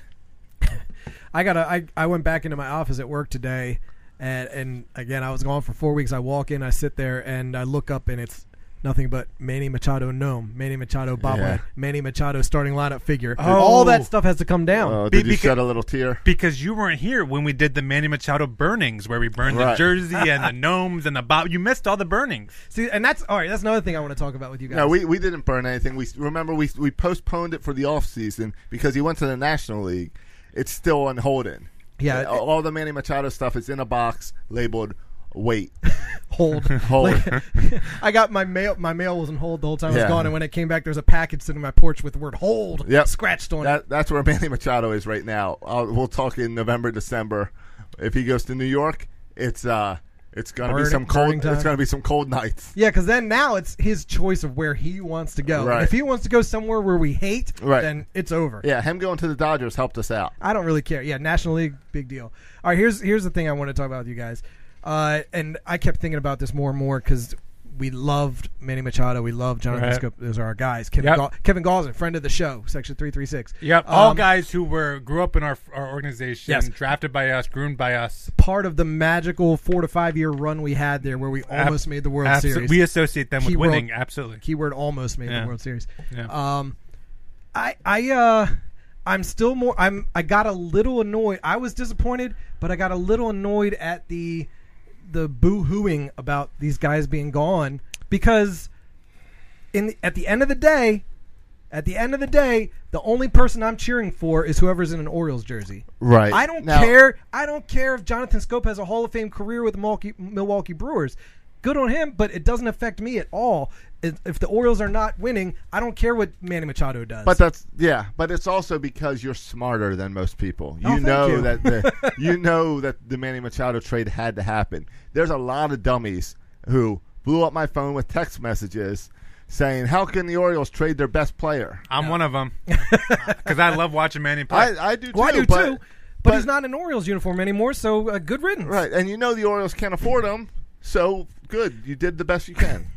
S4: I got I I went back into my office at work today and and again I was gone for 4 weeks. I walk in, I sit there and I look up and it's nothing but Manny Machado gnome, Manny Machado bobblehead,
S1: Yeah.
S4: Manny Machado starting lineup figure. All that stuff has to come down.
S1: Oh,
S3: Be-
S1: did you
S3: because-
S1: shed a little tear?
S3: because you weren't here when we did the Manny Machado burnings, where we burned
S1: Right.
S3: the jersey and the gnomes and the bob. You missed all the burnings.
S4: See, and that's all right, that's another thing I want to talk about with you guys.
S1: No, we, we didn't burn anything. We remember we we postponed it for the off season because he went to the National League. It's still on Uh, holding.
S4: Yeah,
S1: And all all the Manny Machado stuff is in a box labeled wait.
S4: hold.
S1: Hold.
S4: I got my mail. My mail was on hold the whole time I was
S1: Yeah.
S4: gone, and when it came back, there was a package sitting on my porch with the word "hold"
S1: Yep.
S4: scratched on it.
S1: That, that's where Manny Machado is right now. Uh, we'll talk in November, December. If he goes to New York, it's uh, it's gonna
S4: Burn-
S1: be some
S4: burning
S1: cold.
S4: time.
S1: It's gonna be some cold nights.
S4: Yeah, because then now it's his choice of where he wants to go. And
S1: Right.
S4: if he wants to go somewhere where we hate,
S1: Right.
S4: then it's over.
S1: Yeah, him going to the Dodgers helped us out.
S4: I don't really care. Yeah, National League, big deal. All right, here's here's the thing I want to talk about with you guys, uh, and I kept thinking about this more and more because we loved Manny Machado, we loved Jonathan
S3: Right.
S4: Scope. Those are our guys. Kevin
S3: Yep.
S4: Gau- Kevin Gausman, friend of the show, Section Three Three Six.
S3: Yep, all guys who were grew up in our our organization,
S4: Um, Yes.
S3: drafted by us, groomed by us.
S4: Part of the magical four to five year run we had there, where we almost made the World
S3: Abso-
S4: Series.
S3: We associate them with
S4: Key world-
S3: winning. Absolutely.
S4: keyword almost made
S3: Yeah.
S4: the World Series.
S3: Yeah.
S4: Um, I I uh, I'm still more. I'm I got a little annoyed. I was disappointed, but I got a little annoyed at the the boo hooing about these guys being gone because in the, at the end of the day. At the end of the day, the only person I'm cheering for is whoever's in an Orioles jersey.
S1: Right.
S4: I don't
S1: Now-
S4: care. I don't care if Jonathan Scope has a Hall of Fame career with the Milwaukee, Milwaukee Brewers. Good on him, but it doesn't affect me at all. If if the Orioles are not winning, I don't care what Manny Machado does.
S1: But that's yeah. But it's also because you're smarter than most people. You
S4: Oh, thank
S1: know
S4: you.
S1: that the, you know that the Manny Machado trade had to happen. There's a lot of dummies who blew up my phone with text messages saying, "How can the Orioles trade their best player?"
S3: I'm one of them because I love watching Manny play.
S1: I, I do too.
S4: well, Oh, I do
S1: but,
S4: too. But, he's not in Orioles uniform anymore, so uh, good riddance.
S1: Right, and you know the Orioles can't afford him, so good. You did the best you can.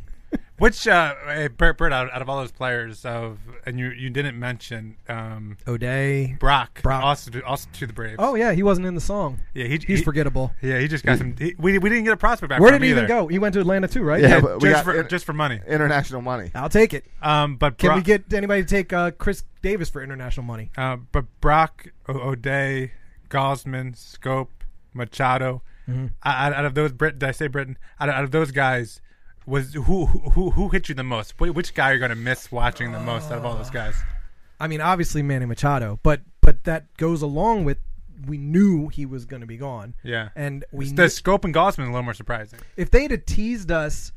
S3: Which uh, hey, Bert, Bert out, out of all those players of, and you you didn't mention um,
S4: O'Day.
S3: Brock,
S4: Brock.
S3: also to, also to the Braves.
S4: Oh yeah, he wasn't in the song.
S3: yeah, he,
S4: He's
S3: he-
S4: forgettable.
S3: Yeah, he just got some. He, we we didn't get a prospect back.
S4: Where
S3: from
S4: did he
S3: either.
S4: even go? He went to Atlanta too, right?
S1: Yeah,
S3: Yeah,
S1: but
S3: just,
S1: we got
S3: for,
S1: inter-
S3: just for money.
S1: International money.
S4: I'll take it.
S3: Um, but
S4: Can
S3: Brock,
S4: we get anybody to take uh, Chris Davis for international money?
S3: Uh, but Brock, o- O'Day, Gosman, Scope, Machado,
S4: Mm-hmm.
S3: out, out of those, Brit, did I say Britain? Out of, out of those guys, was who who who- who hit you the most? Wh- Which guy are you going to miss watching the most out of all those guys?
S4: I mean, obviously Manny Machado, but but that goes along with we knew he was going to be gone.
S3: Yeah.
S4: and we
S3: the
S4: knew,
S3: Scope and Gosman a little more surprising.
S4: if they'd have teased us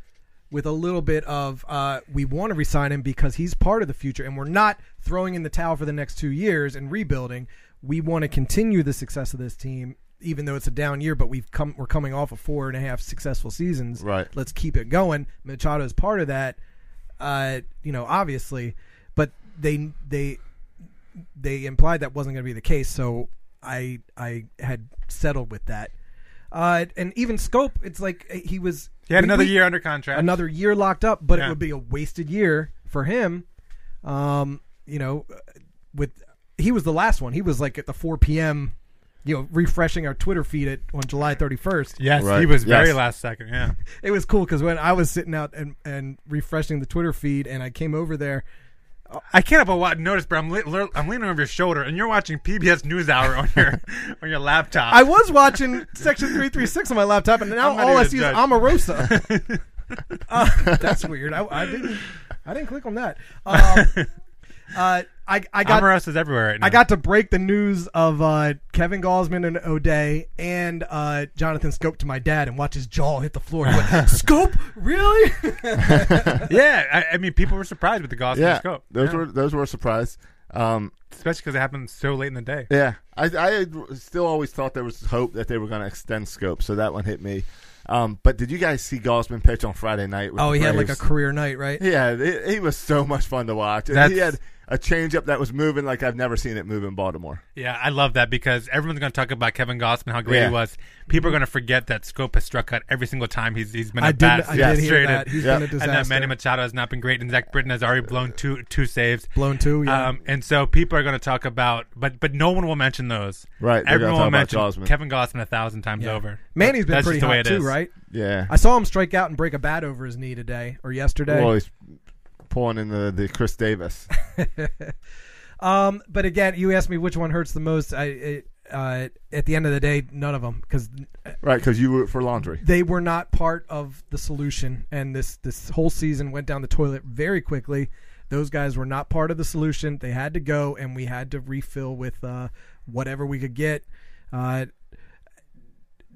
S4: with a little bit of uh, we want to resign him because he's part of the future, and we're not throwing in the towel for the next two years and rebuilding. We want to continue the success of this team, even though it's a down year. But we've come we're coming off of four and a half successful seasons.
S1: Right.
S4: Let's keep it going. Machado's part of that. Uh, you know, obviously, but they they they implied that wasn't going to be the case, so I I had settled with that. Uh, and even Scope, it's like eh, he was
S3: He had
S4: we-
S3: another
S4: we-
S3: year under contract.
S4: another year locked up, but it
S3: Yeah.
S4: would be a wasted year for him. Um, you know, with he was the last one. He was like at the 4 p.m. You know, refreshing our Twitter feed at on July 31st.
S3: Yes, he
S1: Right.
S3: was very
S1: Yes.
S3: last second. Yeah,
S4: It was cool because when I was sitting out and and refreshing the Twitter feed, and I came over there.
S3: I can't help but wa- notice, but I'm, le- I'm leaning over your shoulder, and you're watching PBS NewsHour on your on your laptop.
S4: I was watching Section 336 on my laptop, and now
S3: I'm not
S4: all I
S3: even a
S4: see
S3: judge.
S4: is Omarosa. uh, that's weird. I, I didn't. I didn't click on that. Um, uh, I, I got
S3: Amaros is everywhere right now.
S4: I got to break the news of uh, Kevin Gosman and O'Day and uh, Jonathan Scope to my dad and watch his jaw hit the floor. He went, Scope, really?
S3: yeah. I, I mean, people were surprised with the Gosman
S1: Yeah,
S3: Scope,
S1: those
S3: Yeah.
S1: were those were a surprise. Um,
S3: especially because it happened so late in the day.
S1: yeah, I, I had still always thought there was hope that they were going to extend scope, so that one hit me. Um, but did you guys see Gosman pitch on Friday night? With
S4: oh,
S1: the
S4: he had like a
S1: Braves?
S4: career night, right?
S1: Yeah, it, he was so much fun to watch. And he
S3: That's-
S1: had a changeup that was moving like I've never seen it move in Baltimore.
S3: Yeah, I love that because everyone's going to talk about Kevin Gossman how great
S1: Yeah.
S3: he was. People are going to forget that Scope has struck out every single time he's he's been
S4: I
S3: at
S4: did,
S3: bat.
S4: I
S3: He's
S4: did hear
S3: frustrated.
S4: that. He's
S1: Yeah.
S4: been a
S3: And that
S4: disaster.
S3: Manny Machado has not been great, and Zach Britton has already blown two two saves.
S4: Blown two, yeah.
S3: Um, and so people are going to talk about, but but no one will mention those.
S1: Right, they're
S3: Everyone will
S1: gonna
S3: mention
S1: talk about Gausman.
S3: Kevin Gossman a thousand times over.
S4: Manny's been
S3: That's
S4: pretty
S3: just the way
S4: hot
S3: it
S4: too,
S3: is.
S4: right?
S1: Yeah,
S4: I saw him strike out and break a bat over his knee today or yesterday.
S1: well, he's pulling in the, the Chris Davis.
S4: Um, but again, you asked me which one hurts the most. I it, uh, at the end of the day, none of them because
S1: Right, because you root for laundry.
S4: they were not part of the solution, and this this whole season went down the toilet very quickly. Those guys were not part of the solution. They had to go, and we had to refill with uh, whatever we could get. Uh,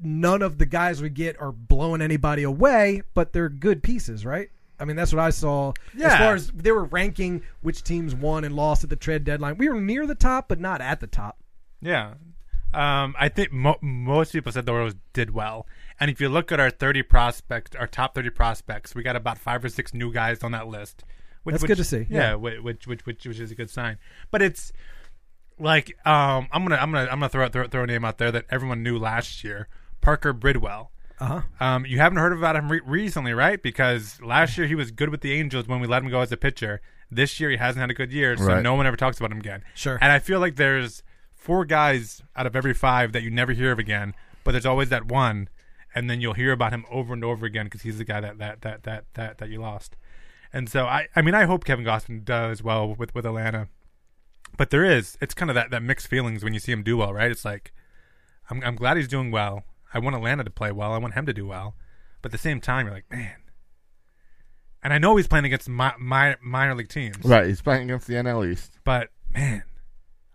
S4: none of the guys we get are blowing anybody away, but they're good pieces, right? I mean, that's what I saw. As
S3: Yeah.
S4: far as they were ranking which teams won and lost at the trade deadline, we were near the top, but not at the top.
S3: Yeah. Um, I think mo- most people said the Orioles did well. And if you look at our 30 prospects, our top 30 prospects, we got about five or six new guys on that list. Which,
S4: That's
S3: which-
S4: good to see,
S3: Yeah,
S4: yeah.
S3: whi- Which, which which which is a good sign. But it's like um, I'm gonna I'm gonna I'm gonna throw out throw, throw a name out there that everyone knew last year, Parker Bridwell.
S4: Uh huh.
S3: Um, you haven't heard about him re- recently, right? Because last year he was good with the Angels when we let him go as a pitcher. This year he hasn't had a good year, so
S7: Right.
S3: no one ever talks about him again.
S4: Sure.
S3: And I feel like there's four guys out of every five that you never hear of again, but there's always that one, and then you'll hear about him over and over again because he's the guy that that that that that that you lost. And so I, I mean, I hope Kevin Gossman does well with with Atlanta, but there is it's kind of that that mixed feelings when you see him do well, right? It's like I'm, I'm glad he's doing well. I want Atlanta to play well. I want him to do well. But at the same time, you're like, man. And I know he's playing against my, my minor league teams,
S1: Right, he's playing against the NL East.
S3: but man,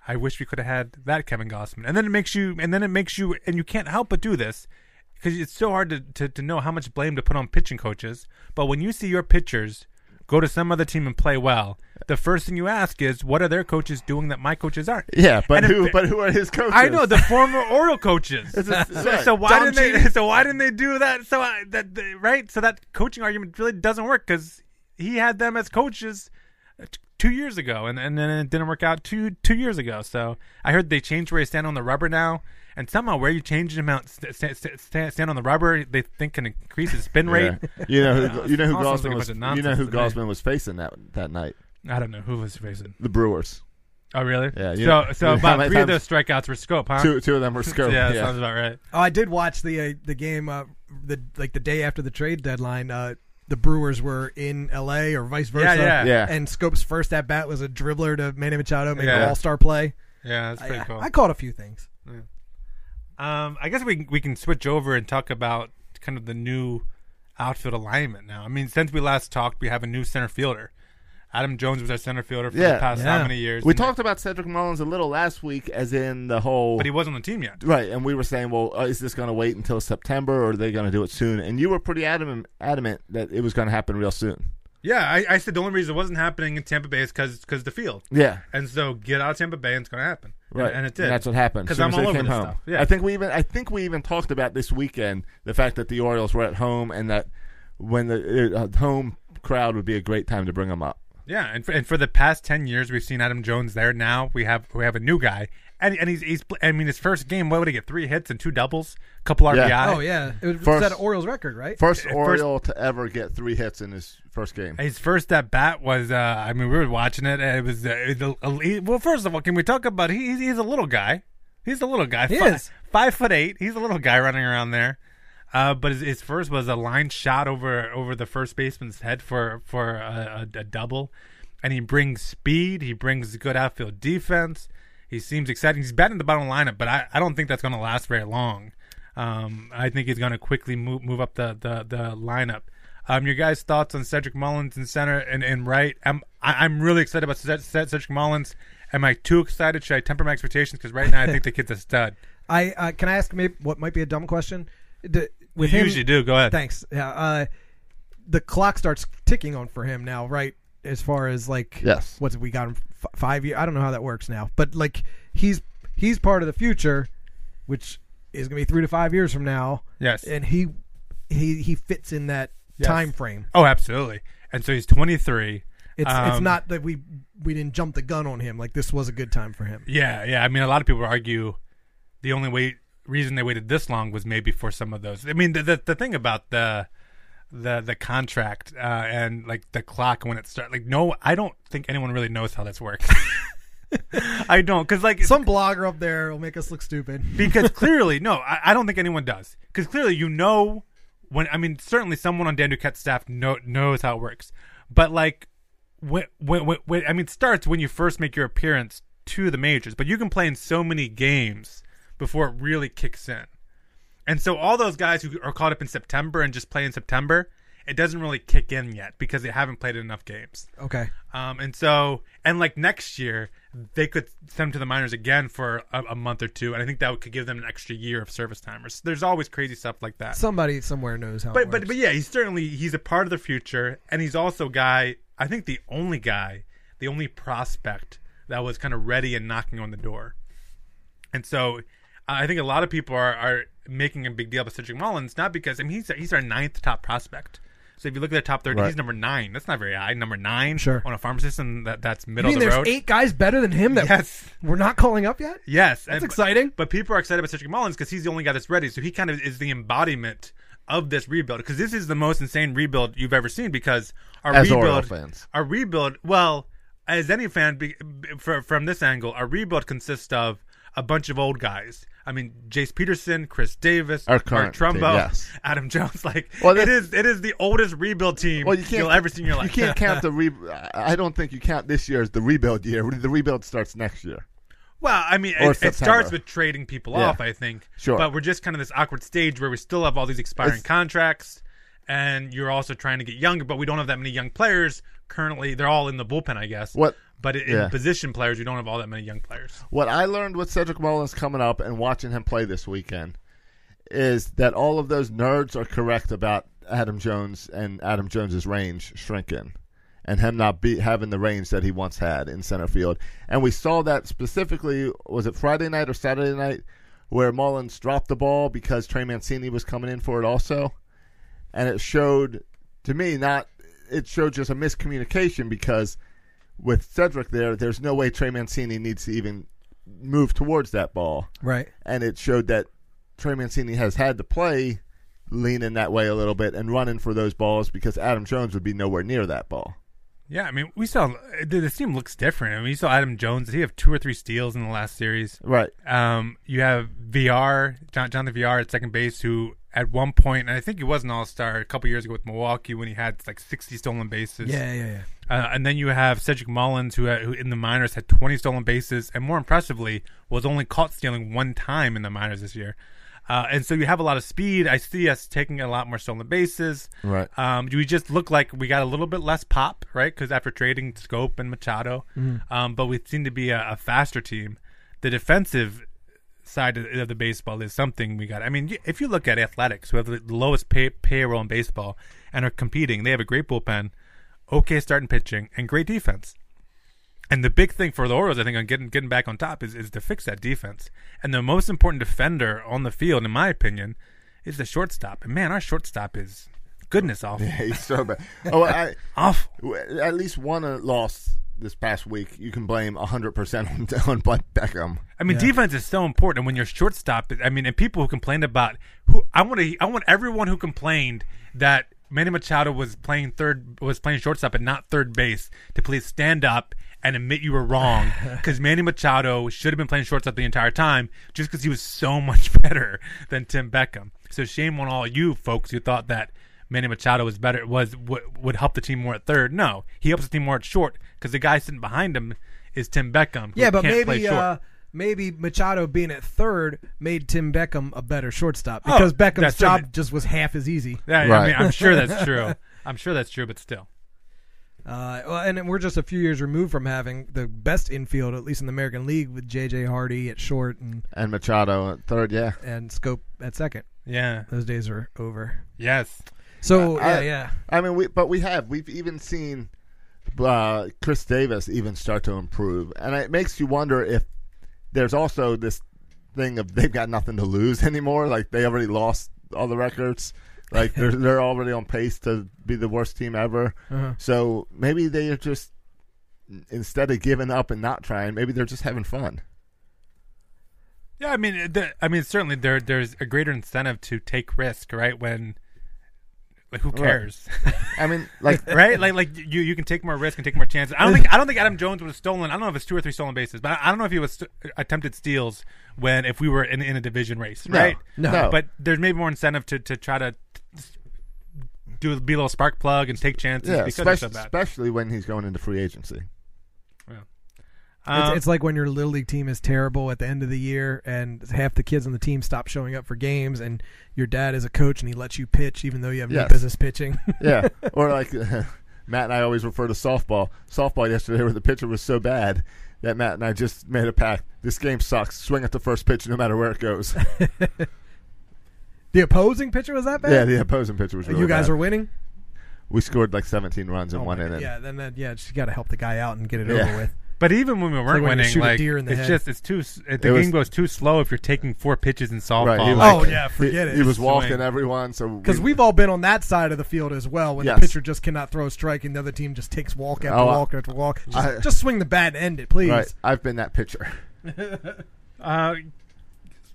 S3: I wish we could have had that Kevin Gossman. And then it makes you, and then it makes you, and you can't help but do this because it's so hard to, to, to know how much blame to put on pitching coaches. But when you see your pitchers go to some other team and play well, the first thing you ask is, what are their coaches doing that my coaches aren't?
S1: Yeah, but
S3: And if
S1: who?
S3: they-
S1: But who are his coaches?
S3: I know the former Oriole coaches.
S1: This is-
S3: so,
S1: right.
S3: so why
S1: John
S3: didn't they?
S1: Cheatham.
S3: So why didn't they do that? So I, that the, right? So that coaching argument really doesn't work because he had them as coaches uh, t- two years ago, and, and then it didn't work out two two years ago. So I heard they changed where you stand on the rubber now, and somehow where you change the amount st- st- st- stand, stand on the rubber, they think can increase the spin rate.
S1: Yeah. You know who? You know who Gosman
S3: Awesome talking about
S1: was?
S3: the
S1: You know
S3: nonsense
S1: who
S3: today.
S1: Gosman was facing that that night?
S3: I don't know who was facing.
S1: The Brewers.
S3: Oh really?
S1: Yeah,
S3: So
S1: you know-
S3: so
S1: you know how
S3: about
S1: many
S3: three of those
S1: times-
S3: strikeouts were scope, huh?
S1: Two two of them were scored.
S3: yeah, sounds about right.
S4: Oh, I did watch the uh, the game uh, the like the day after the trade deadline. Uh, the Brewers were in L.A. or vice versa.
S3: yeah.
S1: Yeah.
S4: And Scope's first at bat was a dribbler to Manny Machado, made an
S3: Yeah.
S4: All Star play.
S3: Yeah, that's pretty
S4: I,
S3: cool.
S4: I caught a few things.
S3: Um, I guess we can- we can switch over and talk about kind of the new outfield alignment now. I mean, since we last talked, we have a new center fielder. Adam Jones was our center fielder for
S1: Yeah.
S3: the past
S4: Yeah.
S3: how many years?
S1: We
S3: And-
S1: talked about Cedric Mullins a little last week, as in the whole.
S3: but he wasn't on the team yet.
S1: Right, and we were saying, well, uh, is this going to wait until September, or are they going to do it soon? And you were pretty adamant, adamant that it was going to happen real soon.
S3: Yeah, I, I said the only reason it wasn't happening in Tampa Bay is because the field.
S1: Yeah,
S3: And so get out of Tampa Bay and it's going to happen. And-
S1: right,
S3: and, it did.
S1: that's what happened.
S3: Because
S1: Soon
S3: I'm
S1: as
S3: all
S1: they
S3: over
S1: came
S3: this
S1: home.
S3: stuff. Yeah,
S1: I think we even, I think we even talked about this weekend the fact that the Orioles were at home and that when the uh, home crowd would be a great time to bring them up.
S3: Yeah, and for, and for the past ten years, we've seen Adam Jones there. Now we have we have a new guy, and and he's he's. pl- I mean, his first game, what would he get? Three hits and two doubles, couple
S1: Yeah.
S3: RBI.
S4: oh yeah, it was,
S1: First-
S4: was that Orioles record, right?
S1: First
S3: At first-
S1: Oriole to ever get three hits in his first game.
S3: His first at bat was, uh, I mean, we were watching it, and it was, uh, it was a, a- he- well, first of all, can we talk about, he, he's, he's a little guy. He's a little guy.
S4: He
S3: Fi-
S4: is.
S3: Five foot eight. He's a little guy running around there. Uh, but his, his first was a line shot over over the first baseman's head for, for a, a, a double. And he brings speed. He brings good outfield defense. He seems exciting. He's batting the bottom lineup, but I, I don't think that's going to last very long. Um, I think he's going to quickly move move up the the, the lineup. Um, your guys' thoughts on Cedric Mullins in center and, and right? I'm I- I'm really excited about Ced- Ced- Cedric Mullins. Am I too excited? Should I temper my expectations? Because right now I think the kid's a stud.
S4: I uh, can I ask maybe what might be a dumb question? D- with
S3: You
S4: him-
S3: usually do. Go ahead.
S4: Thanks. Yeah. Uh, the clock starts ticking on for him now, right? As far as like,
S1: Yes.
S4: what's we got him f- five years? I don't know how that works now, but like he's he's part of the future, which is gonna be three to five years from now.
S3: Yes.
S4: and he he he fits in that
S3: Yes.
S4: time frame.
S3: Oh, absolutely. And so he's 23.
S4: It's it's
S3: Um,
S4: not that we we didn't jump the gun on him. Like this was a good time for him.
S3: Yeah, yeah. I mean, a lot of people argue the only way reason they waited this long was maybe for some of those. I mean, the the, the thing about the the the contract uh, and like the clock when it starts, like no, I don't think anyone really knows how this works. I don't because like
S4: Some blogger up there will make us look stupid.
S3: because clearly, no, I, I don't think anyone does. Because clearly, you know when. I mean, certainly someone on Dan Duquette's staff know, knows how it works. But like, when, when, when, when- I mean, it starts when you first make your appearance to the majors. But you can play in so many games before it really kicks in. And so all those guys who are caught up in September and just play in September, it doesn't really kick in yet because they haven't played enough games.
S4: Okay.
S3: Um, and so, and like next year, they could send him to the minors again for a, a month or two, and I think that could give them an extra year of service time. Or s- There's always crazy stuff like that.
S4: Somebody somewhere knows how.
S3: but
S4: it
S3: but
S4: works.
S3: but yeah, he's certainly he's a part of the future, and he's also a guy. I think the only guy, the only prospect that was kind of ready and knocking on the door, and so I think a lot of people are are making a big deal about Cedric Mullins not because I mean he's he's our ninth top prospect. So if you look at the top thirty, he's number nine. That's not very high. Number nine
S4: Sure.
S3: on a farm system that that's
S4: You
S3: middle
S4: mean
S3: of the
S4: there's
S3: road.
S4: eight guys better than him that
S3: Yes.
S4: we're not calling up yet?
S3: Yes,
S4: That's
S3: and-
S4: exciting.
S3: But people are excited about Cedric Mullins because he's the only guy that's ready. So he kind of is the embodiment of this rebuild because this is the most insane rebuild you've ever seen. Because our
S1: As
S3: rebuild,
S1: Oriole fans.
S3: our rebuild, well, as any fan be, be- fr- from this angle, our rebuild consists of a bunch of old guys. I mean, Jace Peterson, Chris Davis,
S1: Our
S3: Mark
S1: current team,
S3: Trumbo,
S1: yes.
S3: Adam Jones. Like
S1: Well,
S3: it
S1: this-
S3: is, it is the oldest rebuild team
S1: Well, you can't.
S3: you'll ever see in your life.
S1: You can't count the re. I I don't think you count this year as the rebuild year. The rebuild starts next year.
S3: Well, I mean,
S1: Or
S3: it, it
S1: September.
S3: starts with trading people
S1: Yeah.
S3: off, I think.
S1: Sure.
S3: But we're just kind of this awkward stage where we still have all these expiring
S1: It's-
S3: contracts, and you're also trying to get younger, but we don't have that many young players currently. They're all in the bullpen, I guess.
S1: What-
S3: But in
S1: yeah.
S3: position players, you don't have all that many young players.
S1: What I learned with Cedric Mullins coming up and watching him play this weekend is that all of those nerds are correct about Adam Jones and Adam Jones's range shrinking and him not be having the range that he once had in center field. And we saw that specifically was it Friday night or Saturday night where Mullins dropped the ball because Trey Mancini was coming in for it also. And it showed to me not it showed just a miscommunication because with Cedric there, there's no way Trey Mancini needs to even move towards that ball.
S4: Right.
S1: And it showed that Trey Mancini has had to play leaning that way a little bit and running for those balls because Adam Jones would be nowhere near that ball.
S3: Yeah, I mean, we saw the, the team looks different. I mean, you saw Adam Jones. He have two or three steals in the last series.
S1: Right.
S3: Um, you have VR, John, Jonathan VR at second base, who at one point, and I think he was an all star a couple years ago with Milwaukee when he had like 60 stolen bases.
S4: Yeah, yeah, yeah.
S3: Uh, and then you have Cedric Mullins, who, who in the minors had 20 stolen bases, and more impressively, was only caught stealing one time in the minors this year. Uh, and so you have a lot of speed. I see us taking a lot more stolen bases.
S1: Right.
S3: Um, we just look like we got a little bit less pop, right? Because after trading Scope and Machado, um, but we seem to be a, a faster team. The defensive side of of the baseball is something we got. I mean, y- if you look at athletics, who have the lowest pay, payroll in baseball and are competing, they have a great bullpen, okay starting pitching, and great defense. And the big thing for the Orioles, I think, on getting getting back on top is, is to fix that defense. And the most important defender on the field, in my opinion, is the shortstop. And man, our shortstop is goodness awful,
S1: He's so bad. Oh, I,
S3: awful.
S1: w- at least one uh, loss this past week, you can blame 100% on, on Bud Beckham.
S3: I mean, defense is so important. And when you're shortstop, I mean, and people who complained about who I want to, I want everyone who complained that Manny Machado was playing third, was playing shortstop and not third base, to please stand up and admit you were wrong because Manny Machado should have been playing shortstop the entire time just because he was so much better than Tim Beckham. So shame on all you folks who thought that. Manny Machado was better was w- would help the team more at third. No, he helps the team more at short because the guy sitting behind him is Tim Beckham. who
S4: Yeah, but
S3: can't play
S4: maybe
S3: short.
S4: uh, maybe Machado being at third made Tim Beckham a better shortstop
S3: Oh,
S4: because Beckham's
S3: that's
S4: job
S3: right.
S4: just was half as easy.
S3: Yeah, I
S1: Right.
S3: mean, I'm sure that's true. I'm sure that's true, but still.
S4: Uh, well, and we're just a few years removed from having the best infield, at least in the American League, with J.J. Hardy at short and,
S1: And Machado at third, yeah.
S4: and Scope at second.
S3: Yeah.
S4: Those days are over.
S3: Yes. Uh,
S4: So
S1: I-
S4: yeah, yeah.
S1: I mean, we but we have we've even seen uh, Chris Davis even start to improve, and it makes you wonder if there's also this thing of they've got nothing to lose anymore. Like they already lost all the records. Like they're they're already on pace to be the worst team ever.
S3: Uh-huh.
S1: So maybe they are just instead of giving up and not trying, maybe they're just having fun.
S3: Yeah, I mean, it- the, I mean, certainly there there's a greater incentive to take risk, right? When like who cares,
S1: I mean, like
S3: right? Like like you you can take more risk and take more chances. I don't think I don't think Adam Jones would have stolen. I don't know if it's two or three stolen bases, but I, I don't know if he was st- attempted steals when if we were in, in a division race,
S1: No,
S3: right?
S1: no. No.
S3: But there's maybe more incentive to to try to. Do be a little spark plug and take chances
S1: yeah,
S3: because it's
S1: especially,
S3: so bad.
S1: especially when he's going into free agency.
S3: Um,
S4: it's, it's like when your little league team is terrible at the end of the year, and half the kids on the team stop showing up for games, and your dad is a coach and he lets you pitch even though you have no
S1: Yes.
S4: business pitching.
S1: Yeah, or like Matt and I always refer to softball. Softball yesterday, where the pitcher was so bad that Matt and I just made a pact. This game sucks. Swing at the first pitch, no matter where it goes.
S4: The opposing pitcher was that bad.
S1: yeah, the opposing pitcher was. Really
S4: you guys
S1: bad.
S4: are Oh winning.
S1: We scored like 17 runs in one inning.
S4: Yeah, then that yeah, just got to help the guy out and get it
S1: Yeah.
S4: over with.
S3: But even when we weren't
S4: like when you
S3: winning,
S4: shoot a
S3: like
S4: deer in the
S3: it's
S4: head.
S3: just it's too s- it, the
S1: It was-
S3: game goes too slow if you're taking four pitches in softball.
S1: Right. he was-
S3: like,
S4: Oh, yeah, forget
S1: he,
S4: it.
S1: He was
S4: Swing.
S1: walking everyone, so
S4: Because we've all been on that side of the field as well, when
S1: Yes.
S4: the pitcher just cannot throw a strike and the other team just takes walk after
S1: Oh, I-
S4: walk after walk. Just,
S1: I-
S4: just swing the bat and end it, please.
S1: Right, I've been that pitcher.
S3: Uh,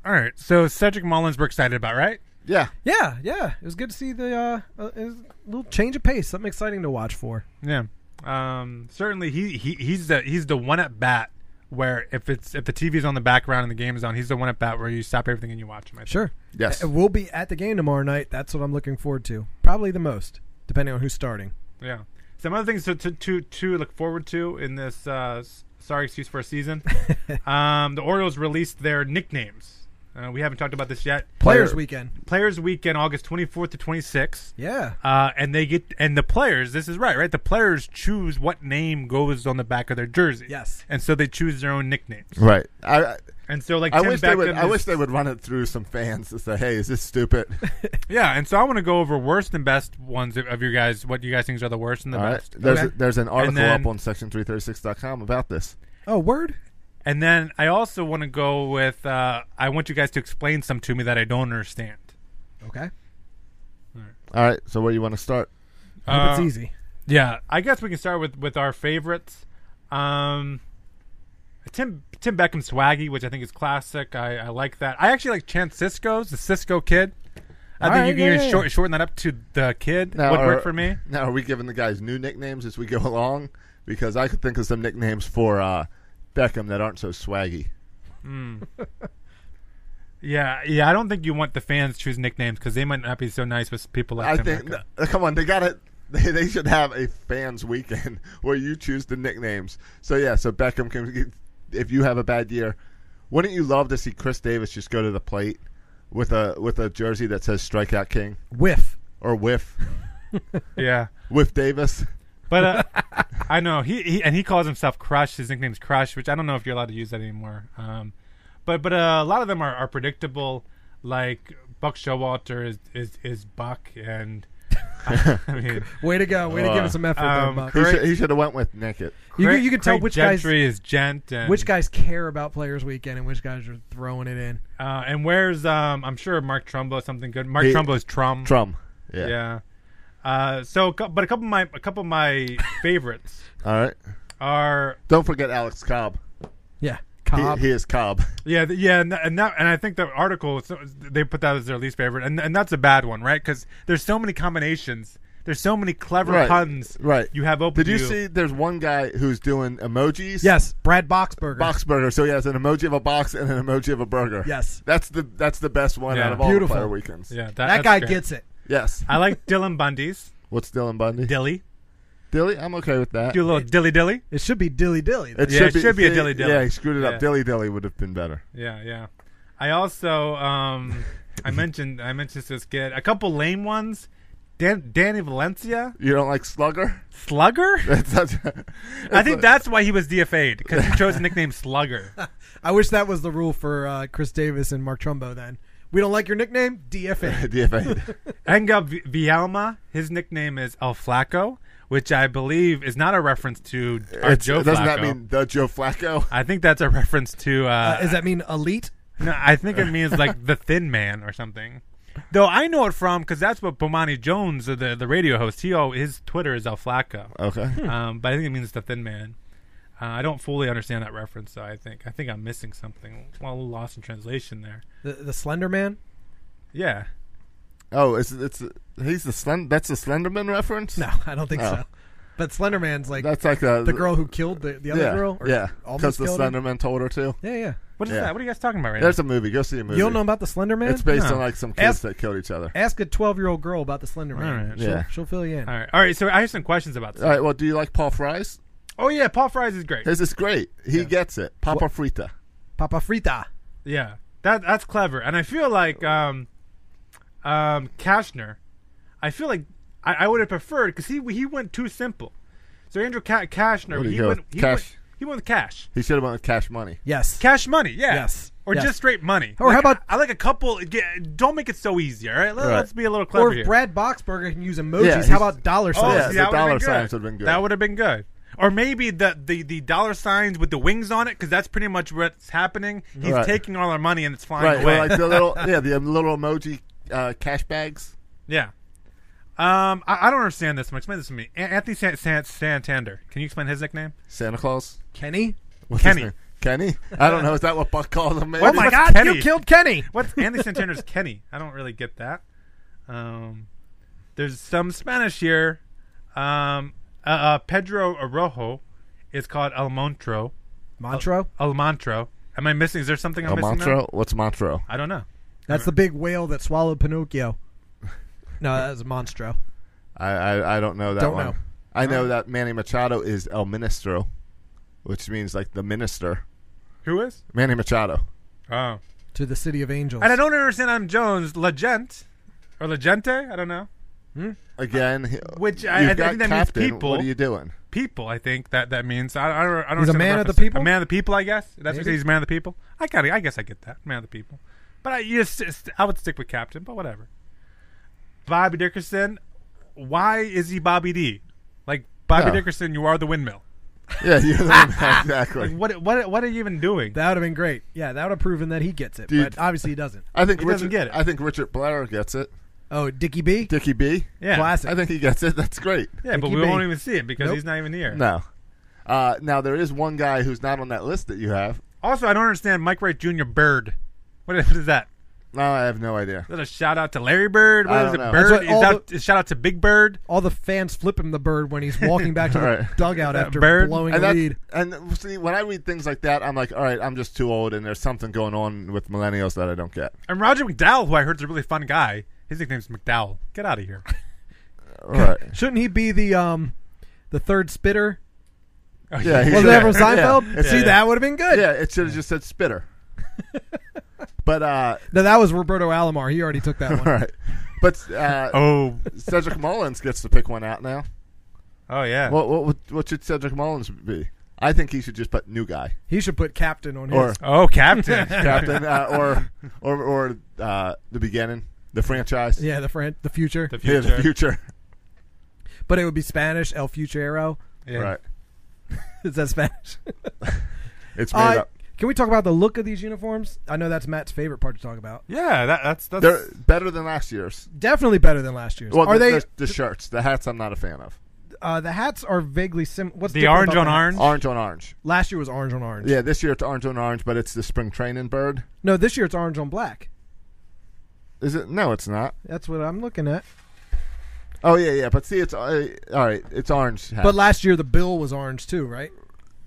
S3: all right, so Cedric Mullins we're excited about, right?
S1: Yeah,
S4: Yeah, yeah. It was good to see the uh, uh, it was a little change of pace. Something exciting to watch for.
S3: Yeah. Um, certainly, he, he he's the he's the one at bat where if it's if the TV's on the background and the game is on, he's the one at bat where you stop everything and you watch him. I think.
S4: Sure.
S1: Yes.
S4: Uh, We'll be at the game tomorrow night. That's what I'm looking forward to. Probably the most, depending on who's starting.
S3: Yeah. Some other things to to to, to look forward to in this. Uh, s- sorry, excuse for a season. um, the Orioles released their nicknames. Uh, we haven't talked about this yet.
S4: Players weekend.
S3: Players Weekend, August twenty fourth to twenty sixth.
S4: Yeah.
S3: Uh, and they get and the players. This is right, right. The players choose what name goes on the back of their jersey.
S4: Yes.
S3: and so they choose their own nicknames.
S1: right. I I,
S3: And so, like,
S1: I
S3: Tim
S1: wish they would.
S3: Beckham
S1: I
S3: is-
S1: wish they would run it through some fans to say, "Hey, is this stupid?"
S3: Yeah, and so I want to go over worst and best ones of- of your guys. What you guys think are the worst and the
S1: All right.
S3: best.
S1: There's
S4: Okay.
S1: a, there's an article
S3: then-
S1: up on section336.com about this.
S4: Oh, word.
S3: And then I also want to go with. Uh, I want you guys to explain some to me that I don't understand.
S4: Okay.
S1: All right. So where do you want to start?
S4: Hope
S3: Uh,
S4: it's easy.
S3: Yeah, I guess we can start with with our favorites. Um, Tim Tim Beckham swaggy, which I think is classic. I, I like that. I actually like Chance Cisco's the Cisco kid. I think
S4: Alright,
S3: you can
S4: yeah,
S3: even
S4: yeah,
S3: short, shorten that up to the kid.
S1: Now,
S3: would
S1: are-
S3: work for me.
S1: Now, are we giving the guys new nicknames as we go along? Because I could think of some nicknames for uh, Beckham that aren't so swaggy.
S3: Yeah, yeah. I don't think you want the fans to choose nicknames because they might not be so nice with people like
S1: I
S3: Tim
S1: think.
S3: Beckham.
S1: uh, come on, they got it. They, they should have a fans weekend where you choose the nicknames. So yeah, so Beckham can. get- If you have a bad year, wouldn't you love to see Chris Davis just go to the plate with a with a jersey that says "Strikeout King"
S4: Whiff.
S1: or "Whiff"
S3: yeah,
S1: with Davis?
S3: but uh, I know he, he and he calls himself Crush. His nickname's Crush, which I don't know if you're allowed to use that anymore. Um, but but uh, a lot of them are, are predictable. Like Buck Showalter is is, is Buck, and I mean,
S4: Way to go. Way to give
S1: Uh,
S4: us some effort
S3: um,
S4: there, Buck.
S1: He
S3: Great.
S1: should, he should have went with naked.
S4: You,
S3: Craig-
S4: can- you can tell
S3: Craig
S4: which guys
S3: Gentry is Gent, and,
S4: which guys care about Players Weekend and which guys are throwing it in.
S3: uh, and where's um, I'm sure Mark Trumbo something good. Mark
S1: He-
S3: Trumbo is Trum.
S1: Trum. Yeah.
S3: yeah. Uh, so, cou- but a couple of my a couple of my favorites
S1: All right.
S3: are
S1: Don't forget Alex Cobb.
S4: Yeah.
S1: He,
S4: Cobb.
S1: he is Cobb.
S3: Yeah, th- yeah, and, th- and that, and I think the article so- they put that as their least favorite, and and that's a bad one, right? Because there's so many combinations, there's so many clever
S1: Right,
S3: puns.
S1: right.
S3: You have open.
S1: Did you see? There's one guy who's doing emojis.
S4: yes. Brad Boxberger.
S1: Box burger. So he has an emoji of a box and an emoji of a burger.
S4: Yes.
S1: That's the that's the best one
S3: Yeah.
S1: out of all
S4: Beautiful.
S1: the player weekends.
S3: Yeah, that,
S4: that
S3: that's
S4: guy
S3: great.
S4: gets it.
S1: Yes.
S3: I like Dylan Bundy's
S1: What's Dylan Bundy?
S3: dilly.
S1: Dilly. I'm okay with that.
S3: Do a little dilly dilly.
S4: It should be dilly dilly. though.
S3: Yeah, it should be a dilly dilly.
S1: Yeah, he screwed it
S3: Yeah.
S1: up. Dilly dilly would have been better.
S3: Yeah, yeah. I also um, I mentioned I mentioned this kid. A couple lame ones. Dan- Danny Valencia,
S1: You don't like Slugger?
S3: Slugger.
S1: That's such
S3: I think that's why he was DFA'd because he chose the nickname Slugger.
S4: I wish that was the rule for uh, Chris Davis and Mark Trumbo then. We don't like your nickname? DFA.
S1: DFA.
S3: Engel V- Vielma, his nickname is El Flaco, which I believe is not a reference to our
S1: It's-
S3: Joe Flacco.
S1: doesn't that mean the Joe Flacco?
S3: I think that's a reference to. Uh,
S4: Uh, does that mean elite?
S3: no, I think it means like the Thin Man or something. Though I know it from because that's what Bomani Jones, the the radio host, he al- his Twitter is El Flaco.
S1: Okay.
S3: Um, but I think it means the Thin Man. Uh, I don't fully understand that reference, so I think I think I'm missing something. Well, lost in translation there.
S4: The, the Slender Man?
S3: Yeah.
S1: Oh, it's it's he's the slend. That's the Slenderman reference.
S4: No, I don't think
S1: Oh.
S4: so. But Slender Man's like
S1: That's like a,
S4: the girl who killed the, the other
S1: yeah,
S4: girl? Or
S1: yeah, because
S4: Almost
S1: the
S4: killed him?
S1: Slenderman told her to.
S4: Yeah, yeah.
S3: What is
S1: Yeah.
S3: that? What are you guys talking about right
S1: There's
S3: now?
S1: a movie. Go see a movie.
S4: You don't know about the Slender Man?
S1: It's based
S3: No.
S1: on like some kids
S4: Ask-
S1: that killed each other.
S4: Ask a 12 year old girl about the Slender Man.
S3: All right.
S4: she'll,
S1: Yeah.
S4: she'll fill you in.
S3: All right. All right. So I have some questions about this.
S1: All right. Well, do you like Paul Fries?
S3: Oh yeah, Paul Fries is great.
S1: His is great. He gets it. Papa Frita.
S4: Papa Frita.
S3: Yeah, that that's clever, and I feel like um, um, Kashner, I feel like I, I would have preferred because he he went too simple. So Andrew Ca- Kashner,
S1: Where'd he
S3: he
S1: go?
S3: went, he,
S1: Cash.
S3: went he went with cash,
S1: He should have went with cash money.
S4: Yes.
S3: cash money, yeah,
S4: Yes.
S3: or
S4: Yes.
S3: just straight money.
S4: Or how
S3: Like,
S4: about-
S3: I, I like a couple. Get, don't make it so easy. All right, Let,
S1: Right.
S3: us be a little clever
S4: or
S3: here.
S4: if Brad Boxberger can use emojis,
S1: Yeah,
S4: how
S1: he's-
S4: about dollar
S3: Oh,
S4: signs?
S1: yeah,
S3: see,
S1: the
S3: that would've
S1: dollar
S3: been
S1: signs would've been good.
S3: That would have been good. Or maybe the, the, the dollar signs with the wings on it, because that's pretty much what's happening. He's
S1: Right.
S3: taking all our money and it's flying
S1: Right,
S3: away.
S1: well, like the little yeah, the little emoji uh, cash bags.
S3: yeah. Um, I, I don't understand this. one. Explain this to me. An- Anthony San- San- Santander. Can you explain his nickname?
S1: Santa Claus.
S4: Kenny?
S1: What's his
S3: Kenny.
S1: name? Kenny. I don't know. Is that what Buck calls him? Maybe?
S3: Oh my
S4: My
S3: What's
S4: God,
S3: Kenny?
S4: you killed Kenny.
S3: What's Anthony Santander's Kenny? I don't really get that. Um, there's some Spanish here. Um, uh, uh, Pedro Arrojo is called El Montro.
S4: Montro?
S3: El Montro. Am I missing? Is there something I'm
S1: Oh,
S3: missing? there?
S1: Montro. What's Montro?
S3: I don't know.
S4: That's the big whale that swallowed Pinocchio. No, that was Monstro.
S1: I, I I don't know that
S4: Don't
S1: one.
S4: know.
S1: I know that Manny Machado is El Ministro, which means like the minister.
S3: Who is?
S1: Manny Machado.
S3: Oh.
S4: To the city of angels.
S3: And I don't understand Adam Jones, Legent, or Legente, I don't know.
S1: Again, he-
S3: Which I-
S1: you've
S3: I think
S1: got
S3: that means
S1: captain.
S3: people.
S1: What are you doing?
S3: People, I think that that means. I, I don't, I don't
S4: He's a
S3: understand
S4: man of the
S3: reference.
S4: people?
S3: A man of the people, I guess. That's what you
S4: Maybe.
S3: say, he's a man of the people. I got I guess I get that. Man of the people. But I, you just, I would stick with Captain, but whatever. Bobby Dickerson, why is he Bobby D? Like, Bobby
S1: Yeah.
S3: Dickerson, you are the windmill.
S1: Yeah, you're the man, exactly.
S3: Like, what, what, what are you even doing?
S4: That would have been great. Yeah, that would have proven that he gets it,
S1: Dude.
S4: but obviously he doesn't.
S1: I think
S3: He
S1: Richard,
S3: doesn't get it.
S1: I think Richard Blair gets it.
S4: Oh, Dickie B?
S1: Dickie B.
S3: yeah.
S4: Classic.
S1: I think he gets it. That's great.
S3: Yeah, but
S4: Dickie
S3: we
S4: Bang.
S3: won't even see it because
S4: Nope.
S3: he's not even here.
S1: No. Uh, now there is one guy who's not on that list that you have.
S3: Also, I don't understand Mike Wright Jr. Bird. What is, what is that?
S1: No, I have no idea.
S3: Is that a shout out to Larry Bird? What
S1: I
S3: is
S1: don't know.
S3: it? Bird?
S4: That's what
S3: Is
S4: all
S3: that a shout out to Big Bird?
S4: All the fans flip him the bird when he's walking back to the
S1: Right.
S4: dugout
S3: That
S4: after
S3: bird.
S4: blowing
S1: And
S4: a
S1: that-
S4: lead.
S1: and see, when I read things like that, I'm like, all right, I'm just too old, and there's something going on with millennials that I don't get.
S3: And Roger McDowell, who I heard is a really fun guy. His nickname's McDowell. Get out of here.
S1: All right.
S4: Shouldn't he be the um the third spitter?
S1: Yeah. he
S4: Was that from
S1: should-
S4: Seinfeld?
S1: Yeah,
S4: See,
S1: yeah.
S4: that would have been good.
S1: Yeah, it should have just said spitter. but uh,
S4: No, that was Roberto Alomar. He already took that
S1: all
S4: one.
S1: right. But uh,
S3: Oh,
S1: Cedric Mullins gets to pick one out now.
S3: oh yeah.
S1: What what what- what should Cedric Mullins be? I think he should just put new guy
S4: He should put captain on his.
S1: or
S3: oh, Captain.
S1: captain uh, or or or uh, the beginning, the franchise,
S4: yeah, the friend, the future.
S3: The
S1: Yeah,
S3: future.
S1: the future.
S4: but it would be Spanish. El Futuro.
S3: Yeah.
S1: Right.
S4: Is that Spanish?
S1: It's made
S4: Uh,
S1: up.
S4: can we talk about the look of these uniforms? I know that's Matt's favorite part to talk about.
S3: Yeah. That, that's that's.
S1: They're better than last year's.
S4: Definitely better than last year's.
S1: Well,
S4: are
S1: the,
S4: they?
S1: the, the shirts, the hats? I'm not a fan of.
S4: Uh, the hats are vaguely sim. What's
S3: the
S4: different
S3: orange
S4: about
S3: on
S4: the hats?
S1: Orange
S3: orange.
S1: on orange.
S4: Last year was orange on orange.
S1: Yeah, this year it's orange on orange, but it's the spring training bird.
S4: No, this year it's orange on black.
S1: Is it? No, it's not.
S4: That's what I'm looking at.
S1: Oh yeah, yeah. But see, it's uh, all right. It's orange.
S3: Uh,
S1: Hat.
S4: But last year the bill was orange too, right?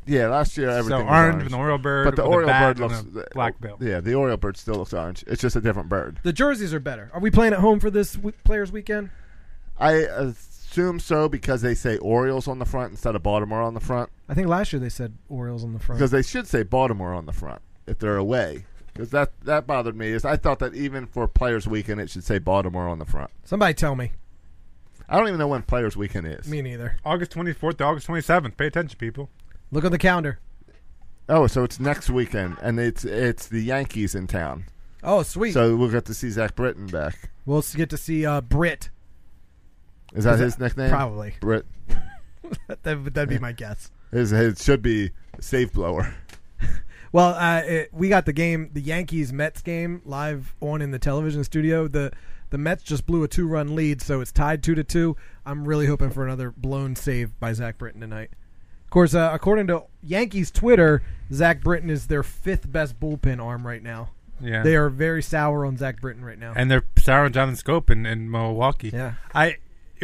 S1: yeah, last year
S3: so
S1: everything
S3: orange,
S1: was orange.
S3: with an Oriole bird.
S1: but the
S3: with a
S1: Oriole
S3: bat
S1: bird
S3: and
S1: looks
S3: a
S1: the-
S3: black bill.
S1: Yeah, the Oriole bird still looks orange. It's just a different bird.
S4: The jerseys are better. Are we playing at home for this w- players weekend?
S1: I assume so because they say Orioles on the front instead of Baltimore on the front
S4: I think last year they said Orioles on the front.
S1: because they should say Baltimore on the front if they're away. Because that that bothered me is I thought that even for Players Weekend it should say Baltimore on the front.
S4: Somebody tell me.
S1: I don't even know when Players Weekend is.
S4: Me neither.
S3: August 24th to August 27th. Pay attention, people.
S4: Look on the calendar.
S1: oh, so it's next weekend and it's it's the Yankees in town.
S4: Oh, sweet.
S1: So we'll get to see Zach Britton back.
S4: we'll s- get to see uh, Britt.
S1: Is that
S4: Is
S1: his
S4: that-
S1: nickname?
S4: probably.
S1: Brit.
S4: That, that'd be my guess.
S1: His, his should be Save Blower.
S4: Well, uh, it, we got the game, the Yankees Mets game, live on in the television studio. The the Mets just blew a two run lead, so it's tied two to two. I'm really hoping for another blown save by Zach Britton tonight. Of course, uh, according to Yankees Twitter, Zach Britton is their fifth best bullpen arm right now.
S3: Yeah.
S4: They are very sour on Zach Britton right now.
S3: and they're Sarah and Jonathan Scope in, in Milwaukee.
S4: Yeah.
S3: I.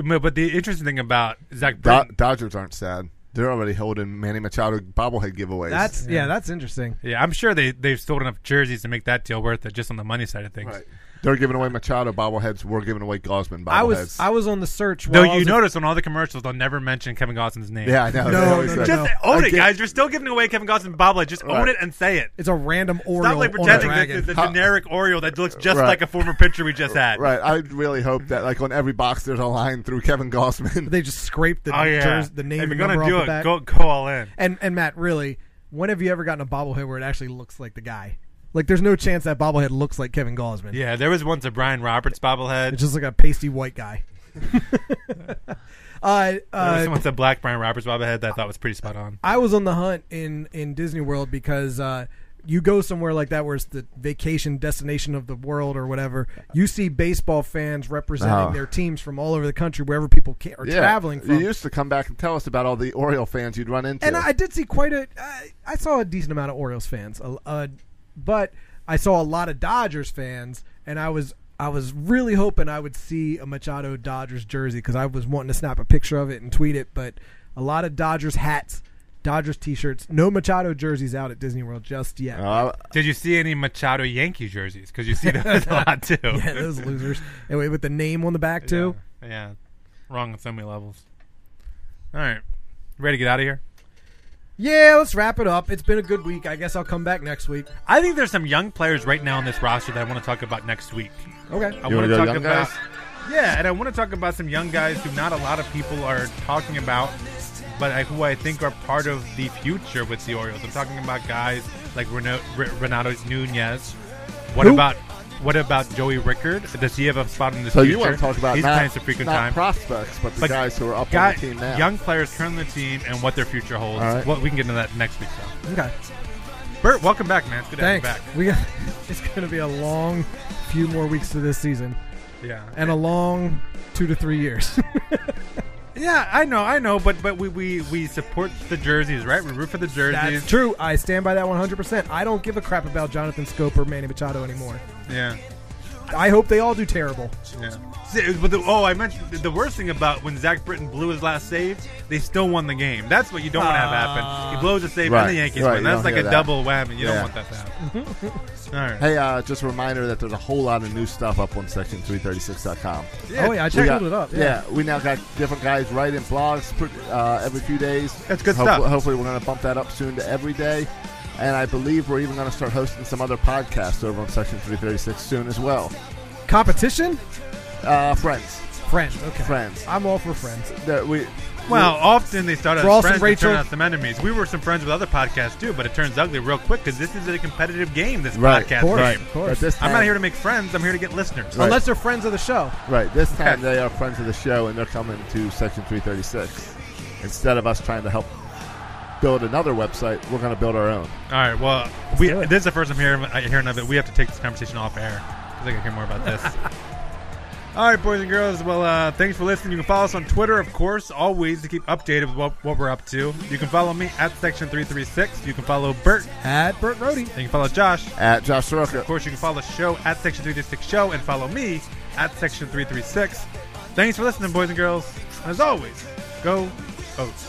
S3: But the interesting thing about Zach
S1: Do-
S3: Britton,
S1: Dodgers aren't sad. They're already holding Manny Machado bobblehead giveaways.
S4: that's yeah. that's interesting.
S3: Yeah, I'm sure they they've sold enough jerseys to make that deal worth it just on the money side of things.
S1: They're giving away Machado bobbleheads. We're giving away Gosman bobbleheads.
S4: I was I was on the search.
S3: Though
S4: while I
S3: you
S4: was-
S3: notice on all the commercials, they'll never mention Kevin Goslin's name.
S1: yeah, I know.
S4: No,
S1: They always
S4: no,
S1: say-
S4: no, no.
S3: Just own it,
S1: Again-
S3: guys. You're still giving away Kevin Goslin's bobblehead. Just own
S1: Right.
S3: it and say it.
S4: It's a random Oriole
S3: Stop like
S4: on a
S3: pretending that
S4: dragon.
S3: it's a
S1: How-
S3: generic Oriole that looks just
S1: Right.
S3: like a former picture we just had.
S1: Right. I really hope that like on every box there's a line through Kevin Gosman.
S4: they just scrape the
S3: Oh yeah.
S4: jers- the name
S3: if
S4: and
S3: you're
S4: number
S3: gonna do
S4: off
S3: it,
S4: the back.
S3: go go all in.
S4: And and Matt, really, when have you ever gotten a bobblehead where it actually looks like the guy? Like, there's no chance that bobblehead looks like Kevin Gosman.
S3: Yeah, there was once a Brian Roberts bobblehead.
S4: it's just like a pasty white guy. uh,
S3: there was
S4: uh,
S3: once a black Brian Roberts bobblehead that I thought was pretty spot on.
S4: I was on the hunt in in Disney World because uh, you go somewhere like that where it's the vacation destination of the world or whatever. You see baseball fans representing
S7: Oh.
S4: their teams from all over the country, wherever people ca- are
S1: yeah.
S4: traveling from.
S1: You used to come back and tell us about all the Oriole fans you'd run into.
S4: and I did see quite a. I, I saw a decent amount of Orioles fans, a- a- but I saw a lot of Dodgers fans, and I was I was really hoping I would see a Machado Dodgers jersey because I was wanting to snap a picture of it and tweet it. But a lot of Dodgers hats, Dodgers T-shirts, no Machado jerseys out at Disney World just yet.
S1: Uh,
S3: Did you see any Machado Yankee jerseys? Because you see those a lot too.
S4: yeah, those losers, anyway, with the name on the back too.
S3: Yeah. yeah. Wrong on so many levels. All right. Ready to get out of here?
S4: Yeah, let's wrap it up. It's been a good week. I guess I'll come back next week.
S3: I think there's some young players right now on this roster that I want to talk about next week.
S4: Okay.
S3: I
S1: You
S3: want
S1: wanna
S3: to
S1: go
S3: talk
S1: young
S3: about
S1: guys?
S3: yeah, and I want to talk about some young guys who not a lot of people are talking about, but I, who I think are part of the future with the Orioles. I'm talking about guys like Reno, R- Renato Nunez. What
S4: Who?
S3: about what about Joey Rickard? Does he have a spot in the
S1: so
S3: future?
S1: you want to talk about
S3: he's
S1: not,
S3: playing some frequent
S1: not
S3: time.
S1: prospects, but the
S3: But
S1: guys who are up
S3: Guy-
S1: on the team now.
S3: Young players turn the team and what their future holds.
S1: All right.
S3: What we can get into that next week though.
S4: Okay.
S3: Bert, welcome back, man. It's good
S4: Thanks.
S3: to have you back.
S4: We got, it's going to be a long few more weeks to this season
S3: Yeah.
S4: and a long two to three years.
S3: Yeah, I know, I know, but but we we, we support the jerseys, right? We root for the jerseys.
S4: That's true. I stand by that 100%. I don't give a crap about Jonathan Scope or Manny Machado anymore.
S3: Yeah.
S4: I hope they all do terrible.
S3: Yeah. See, but the, oh, I mentioned the worst thing about when Zach Britton blew his last save, they still won the game. That's what you don't want to have happen. He blows a save
S1: Right,
S3: and the Yankees
S1: right,
S3: win.
S1: you
S3: That's
S1: don't
S3: like a
S1: hear that.
S3: double whammy. You don't
S1: Yeah.
S3: want that to happen. All right.
S1: Hey, uh, just a reminder that there's a whole lot of new stuff up on section336.com.
S4: oh, yeah. I
S1: We
S4: just
S1: got-
S4: pulled it up.
S1: Yeah. we now got different guys writing blogs put, uh, every few days.
S3: That's good
S1: Hopefully-
S3: stuff.
S1: Hopefully, we're going to bump that up soon to every day. And I believe we're even going to start hosting some other podcasts over on Section 336 soon as well.
S4: Competition?
S1: Uh, friends.
S4: Friends. Okay.
S1: Friends.
S4: I'm all for friends.
S1: That we,
S3: Well, often they start out as
S4: Ross
S3: friends
S4: and
S3: and turn
S4: Rachel.
S3: out some enemies. We were some friends with other podcasts too, but it turns ugly real quick because this is a competitive game. This
S1: Right, of
S3: podcast
S1: course,
S3: game.
S4: of course.
S1: At this
S3: I'm
S1: time-
S3: not here to make friends. I'm here to get listeners.
S1: Right.
S4: Unless they're friends of the show.
S1: Right, this time they are friends of the show and they're coming to Section 336. Instead of us trying to help build another website, we're going to build our own.
S3: All right. Well, we this is the first I'm hearing, uh, hearing of it. We have to take this conversation off air because I can hear more about this. All right, boys and girls. Well, uh, thanks for listening. You can follow us on Twitter, of course, always to keep updated with what, what we're up to. You can follow me at Section Three Three Six. You can follow Bert.
S4: At Burt Rohde.
S3: And you can follow Josh.
S1: At Josh Soroka.
S3: Of course, you can follow the show at Section 336 Show and follow me at Section 336. Thanks for listening, boys and girls. And as always, go Oats.